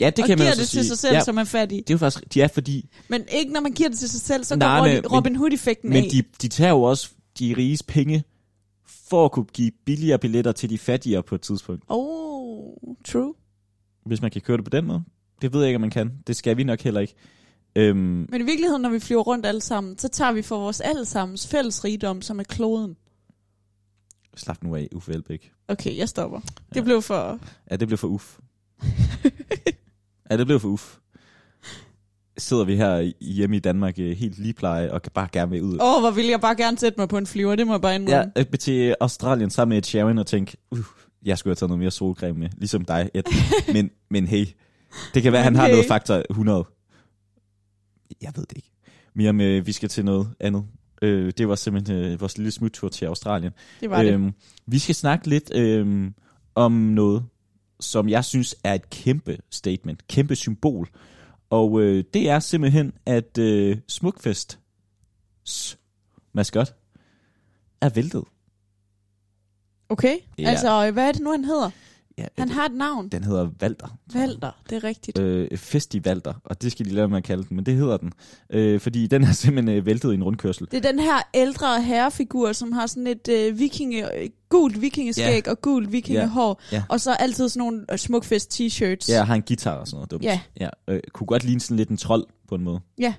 S2: Ja, det
S1: og
S2: kan man
S1: giver
S2: jo så
S1: det
S2: sige.
S1: til sig selv,
S2: ja,
S1: ja. som er fattig.
S2: det er jo faktisk... De er fordi...
S1: Men ikke når man giver det til sig selv, så
S2: Nej,
S1: går
S2: men-
S1: Robin- Robin Hood-effekten
S2: Men
S1: af.
S2: de, de tager jo også de riges penge for at kunne give billigere billetter til de fattigere på et tidspunkt.
S1: Oh, true.
S2: hvis man kan køre det på den måde. Det ved jeg ikke, om man kan. Det skal vi nok heller ikke. Øhm,
S1: Men i virkeligheden, når vi flyver rundt alle sammen, så tager vi for vores allesammens fælles rigdom, som er kloden.
S2: slap nu af, Uffe Elbæk.
S1: Okay, jeg stopper. Det
S2: Ja.
S1: ja. blev for...
S2: Ja, det blev for uff. ja, det blev for uff. Sidder vi her hjemme i Danmark øh, helt ligepleje og kan bare gerne vil ud.
S1: Åh, oh, hvor ville jeg bare gerne sætte mig på en flyver, det må jeg bare indrømme.
S2: Ja, øh, til Australien sammen med Ed Sheeran og tænke, uh, jeg skulle have taget noget mere solcreme med, ligesom dig, Ed. men, men hey, det kan være, han
S1: Men
S2: har
S1: hey.
S2: noget faktor 100. Jeg ved det ikke. Miriam, øh, vi skal til noget andet. Øh, det var simpelthen øh, vores lille smuttur til Australien.
S1: Det var det.
S2: Øhm, vi skal snakke lidt øhm, om noget, som jeg synes er et kæmpe statement, kæmpe symbol. Og øh, det er simpelthen, at øh, Smukfest maskot er væltet.
S1: Okay,
S2: ja.
S1: ja. altså hvad er det nu, han hedder?
S2: Ja,
S1: Han
S2: øh,
S1: har et navn.
S2: Den hedder Valter.
S1: Valter, det er rigtigt.
S2: Øh, festivalter, og det skal de lade med at kalde den, men det hedder den. Øh, fordi den er simpelthen øh, væltet i en rundkørsel.
S1: Det er den her ældre herrefigur, som har sådan et øh, vikinge, øh, gult vikingeskæg og gult vikingehår.
S2: Ja.
S1: Og så altid sådan nogle øh, smukfest t-shirts.
S2: Ja, og har en guitar og sådan noget dumt.
S1: Ja.
S2: ja øh, kunne godt ligne sådan lidt en trold på en måde.
S1: Ja.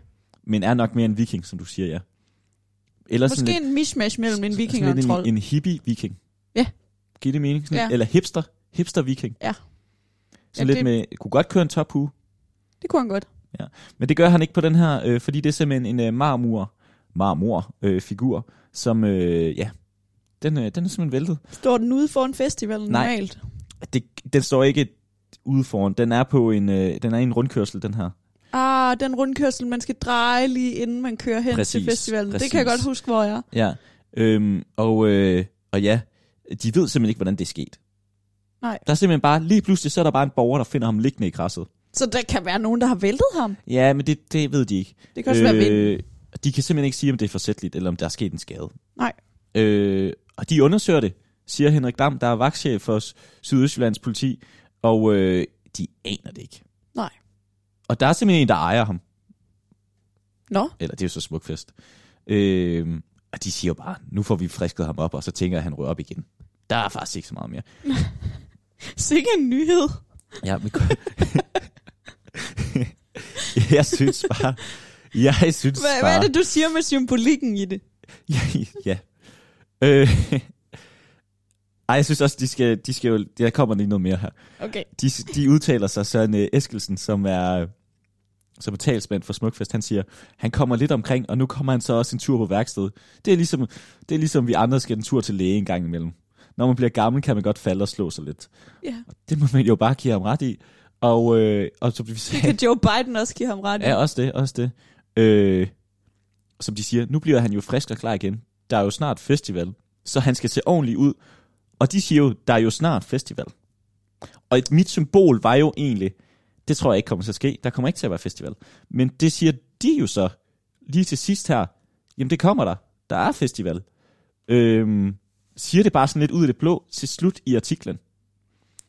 S2: Men er nok mere en viking, som du siger, ja. Eller sådan
S1: Måske en mishmash mellem en
S2: Sådan
S1: viking og en
S2: lidt
S1: trold.
S2: En, en hippie-viking.
S1: Ja.
S2: Giver det mening? Sådan
S1: Ja.
S2: Eller hipster. Hipster-viking.
S1: Ja.
S2: Sådan
S1: Ja,
S2: lidt med, kunne godt køre en tophue,
S1: Det kunne han godt.
S2: men det gør han ikke på den her, øh, fordi det er simpelthen en øh, marmor, marmor øh, figur, som, øh, ja, den, øh, den er simpelthen væltet.
S1: Står den ude foran festivalen
S2: Nej.
S1: normalt?
S2: Det, den står ikke ude foran, den er på en, øh, den er i en rundkørsel, den her.
S1: Ah, den rundkørsel, man skal dreje lige inden man kører hen præcis,
S2: Præcis,
S1: til festivalen. Præcis. Det kan jeg
S2: præcis.
S1: godt huske, hvor jeg er.
S2: Ja. Øhm, og, øh, og ja, de ved simpelthen ikke, hvordan det er sket.
S1: Nej.
S2: Der er simpelthen bare, lige pludselig, så er der bare en borger, der finder ham liggende i græsset.
S1: Så der kan være nogen, der har væltet ham.
S2: Ja, men det, det ved de ikke.
S1: Det kan også øh, være vinden.
S2: De kan simpelthen ikke sige, om det er forsætligt, eller om der er sket en skade.
S1: Nej.
S2: Øh, og de undersøger det, siger Henrik Dam, der er vagtchef for S- Sydøstjyllands politi, og øh, de aner det ikke.
S1: Nej.
S2: Og der er simpelthen en, der ejer ham.
S1: Nå,
S2: Eller det er jo så smuk fest. Øh, og de siger jo bare, nu får vi frisket ham op, og så tænker jeg, at han rører op igen. Der er faktisk ikke så meget mere.
S1: sikke en nyhed.
S2: Ja, men... jeg synes bare... Jeg synes
S1: Hva,
S2: bare...
S1: hvad er det, du siger med symbolikken i det?
S2: ja. ja. Øh, ej, jeg synes også, de skal, de skal jo, der kommer lige noget mere her.
S1: Okay.
S2: De, de udtaler sig, Søren øh, Eskelsen, som er, som er talsmand for Smukfest, han siger, han kommer lidt omkring, og nu kommer han så også en tur på værksted. Det er ligesom, det er ligesom vi andre skal en tur til læge en gang imellem. Når man bliver gammel, kan man godt falde og slå sig lidt.
S1: Ja.
S2: Det må man jo bare give ham ret i. Og, øh, og som vi
S1: Det
S2: sagde,
S1: kan Joe Biden også give ham ret i.
S2: Ja, også det, også det. Øh, som de siger, nu bliver han jo frisk og klar igen. Der er jo snart festival, så han skal se ordentligt ud. Og de siger jo, der er jo snart festival. Og et, mit symbol var jo egentlig, det tror jeg ikke kommer til at ske, der kommer ikke til at være festival. Men det siger de jo så, lige til sidst her, jamen det kommer der, der er festival. Øhm, siger det bare sådan lidt ud af det blå til slut i artiklen.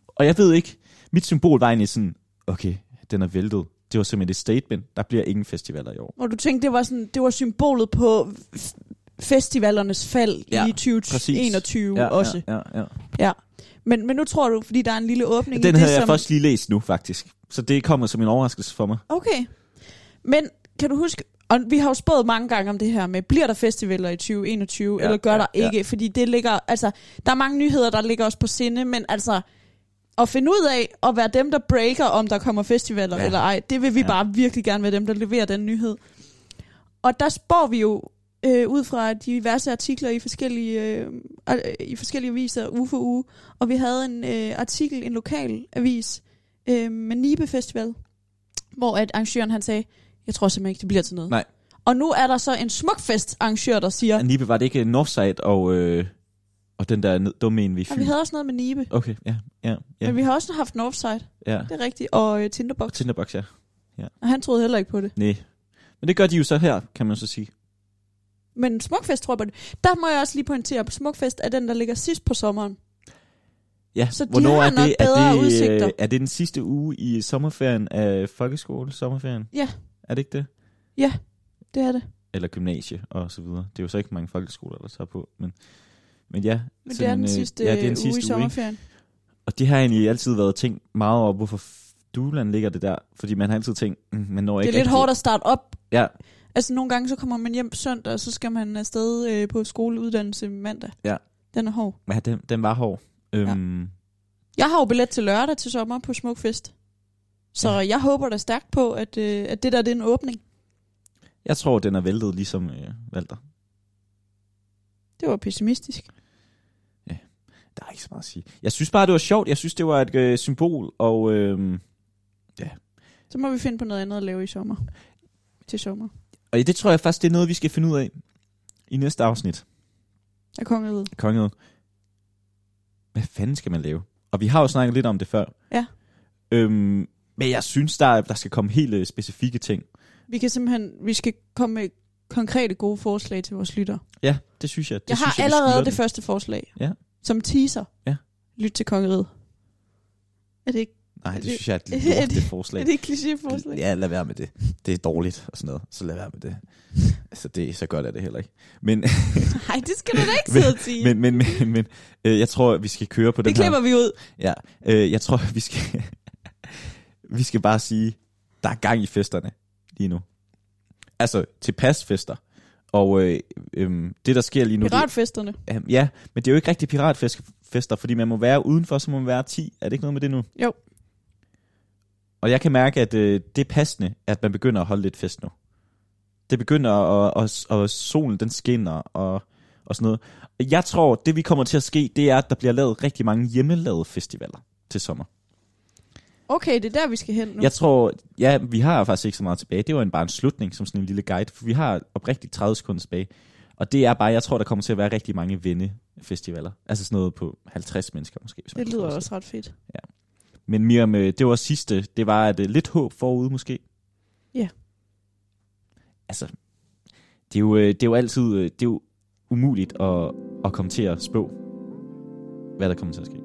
S2: Og jeg ved ikke, mit symbol var egentlig sådan, okay, den er væltet. Det var simpelthen et statement, der bliver ingen festivaler i år.
S1: Hvor du tænkte, det var, sådan, det var symbolet på f- festivalernes fald
S2: Ja,
S1: i 2021 ja, også.
S2: Ja, ja, ja.
S1: Ja. Men, men nu tror du, fordi der er en lille åbning i
S2: Den
S1: det,
S2: havde jeg
S1: som...
S2: først lige læst nu, faktisk. Så det kommer som en overraskelse for mig.
S1: Okay. Men kan du huske, og vi har jo spået mange gange om det her med, bliver der festivaler i 2021,
S2: Ja,
S1: ja, eller gør
S2: ja,
S1: der
S2: ja.
S1: ikke? Fordi det ligger, altså, der er mange nyheder, der ligger også på sinde, men altså, at finde ud af at være dem, der breaker, om der kommer festivaler
S2: Ja.
S1: ja. eller ej, det vil vi
S2: Ja.
S1: ja. bare virkelig gerne være dem, der leverer den nyhed. Og der spår vi jo øh, ud fra diverse artikler i forskellige, øh, ar- øh, i forskellige aviser uge for uge, og vi havde en øh, artikel, en lokal avis, øh, med Nibe Festival, hvor at arrangøren han sagde, jeg tror simpelthen ikke, det bliver til noget.
S2: Nej.
S1: Og nu er der så en smukfest arrangør, der siger,
S2: Ja. Nibe, var det ikke Northside og, øh, og den der ned- dumme en, vi
S1: at vi
S2: fik?
S1: havde også noget med Nibe,
S2: Okay, ja, ja,
S1: ja.
S2: ja.
S1: men vi har også haft en offside,
S2: ja.
S1: det er rigtigt, og øh, Tinderbox,
S2: Og Tinderbox, ja.
S1: og han troede heller ikke på det.
S2: Nej. Men det gør de jo så her, kan man så sige.
S1: Men smukfest tror jeg på det. Der må jeg også lige pointere, at smukfest er den, der ligger sidst på sommeren.
S2: Ja,
S1: Så de har nok bedre
S2: er, det,
S1: udsigter.
S2: øh, er det den sidste uge i sommerferien af folkeskole, sommerferien?
S1: Ja.
S2: Er det ikke det?
S1: Det er det.
S2: Eller gymnasie og så videre. Det er jo så ikke mange folkeskoler, der tager på, men, men ja.
S1: Men det er
S2: sådan,
S1: den
S2: øh,
S1: sidste,
S2: ja, det er den
S1: sidste uge i
S2: sidste uge, ikke?
S1: sommerferien.
S2: Og det har egentlig altid været tænkt meget over, hvorfor Duland ligger det der. Fordi man har altid tænkt, mm, man når
S1: Det er
S2: ikke
S1: lidt
S2: rigtig-
S1: hårdt at starte op.
S2: Ja,
S1: Altså nogle gange, så kommer man hjem søndag, og så skal man afsted øh, på skoleuddannelse mandag.
S2: Ja.
S1: Den er hård.
S2: ja den, den var hård. Øhm, ja.
S1: Jeg har jo billet til lørdag til sommer på Smukfest. Så
S2: Ja.
S1: ja. jeg håber da stærkt på, at, øh, at det der det er en åbning.
S2: Jeg tror, den er væltet ligesom øh, Valter.
S1: Det var pessimistisk.
S2: Der er ikke så meget at sige. Jeg synes bare, det var sjovt. Jeg synes, det var et øh, symbol, og... Øh,
S1: Så må vi finde på noget andet at lave i sommer. Til sommer.
S2: Og det tror jeg faktisk, det er noget, vi skal finde ud af i næste afsnit
S1: Jeg kommer ud.
S2: af Kongeriget. Hvad fanden skal man lave? Og vi har jo snakket lidt om det før.
S1: Ja.
S2: Øhm, men jeg synes, der, er- der skal komme helt øh, specifikke ting.
S1: Vi kan simpelthen, vi skal komme med konkrete gode forslag til vores lytter.
S2: Ja, det synes jeg. Det
S1: jeg
S2: synes
S1: har
S2: vi skylder
S1: allerede det
S2: dem.
S1: første forslag.
S2: Ja.
S1: Som teaser.
S2: Ja.
S1: Lyt til kongeriget. Er det ikke,
S2: Nej, det
S1: det-
S2: synes jeg er et
S1: det-
S2: lortet
S1: det-
S2: forslag.
S1: er det ikke klichéforslag?
S2: Ja, lad være med det. Det er dårligt og sådan noget. Så lad være med det. Altså, det, så godt er det heller ikke. Men,
S1: Nej, det skal du da ikke sidde og sige.
S2: men, men, men, men øh, jeg tror, vi skal køre på den
S1: det klipper vi ud.
S2: Ja, øh, jeg tror, vi skal, vi skal bare sige, der er gang i festerne lige nu. Altså, tilpas fester. Og øh, øh, det, der sker lige nu...
S1: Piratfesterne.
S2: Det, øh, ja, men det er jo ikke rigtig piratfester, fordi man må være udenfor, så må man være 10. Er det ikke noget med det nu?
S1: Jo.
S2: Og jeg kan mærke, at øh, det er passende, at man begynder at holde lidt fest nu. Det begynder, og, og, og solen den skinner, og, og sådan noget. Jeg tror, det vi kommer til at ske, det er, at der bliver lavet rigtig mange hjemmelavede festivaler til sommer.
S1: Okay, det er der, vi skal hen nu.
S2: Jeg tror, ja, vi har faktisk ikke så meget tilbage. Det var en, bare en slutning som sådan en lille guide, for vi har oprigtigt 30 sekunder tilbage. Og det er bare, jeg tror, der kommer til at være rigtig mange vennefestivaler. Altså sådan noget på 50 mennesker måske. hvis man
S1: det lyder
S2: forestiller
S1: også ret fedt.
S2: sig. Men Miriam, øh, det var sidste. Det var et øh, lidt håb forude måske.
S1: Ja.
S2: Altså, det er jo, øh, det er jo altid øh, det er jo umuligt at, at komme til at spå, hvad der kommer til at ske.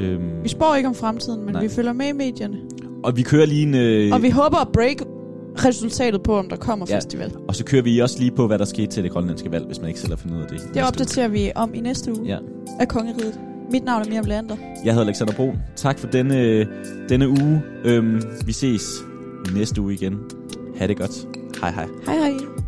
S2: Øhm,
S1: Vi spår ikke om fremtiden, men
S2: Nej.
S1: Nej. vi følger med i medierne.
S2: og vi kører lige en... Øh,
S1: Og vi håber at break resultatet på, om der kommer
S2: Ja.
S1: ja. festival.
S2: Og så kører vi også lige på, hvad der skete til det grønlandske valg, hvis man ikke selv har fundet ud af det.
S1: Det opdaterer vi om i næste uge
S2: Ja.
S1: af Kongeriget. Mit navn er Miriam Leander.
S2: Jeg hedder Alexander Bro. Tak for denne, øh, denne uge. Øhm, vi ses næste uge igen. Ha' det godt. Hej hej.
S1: Hej hej.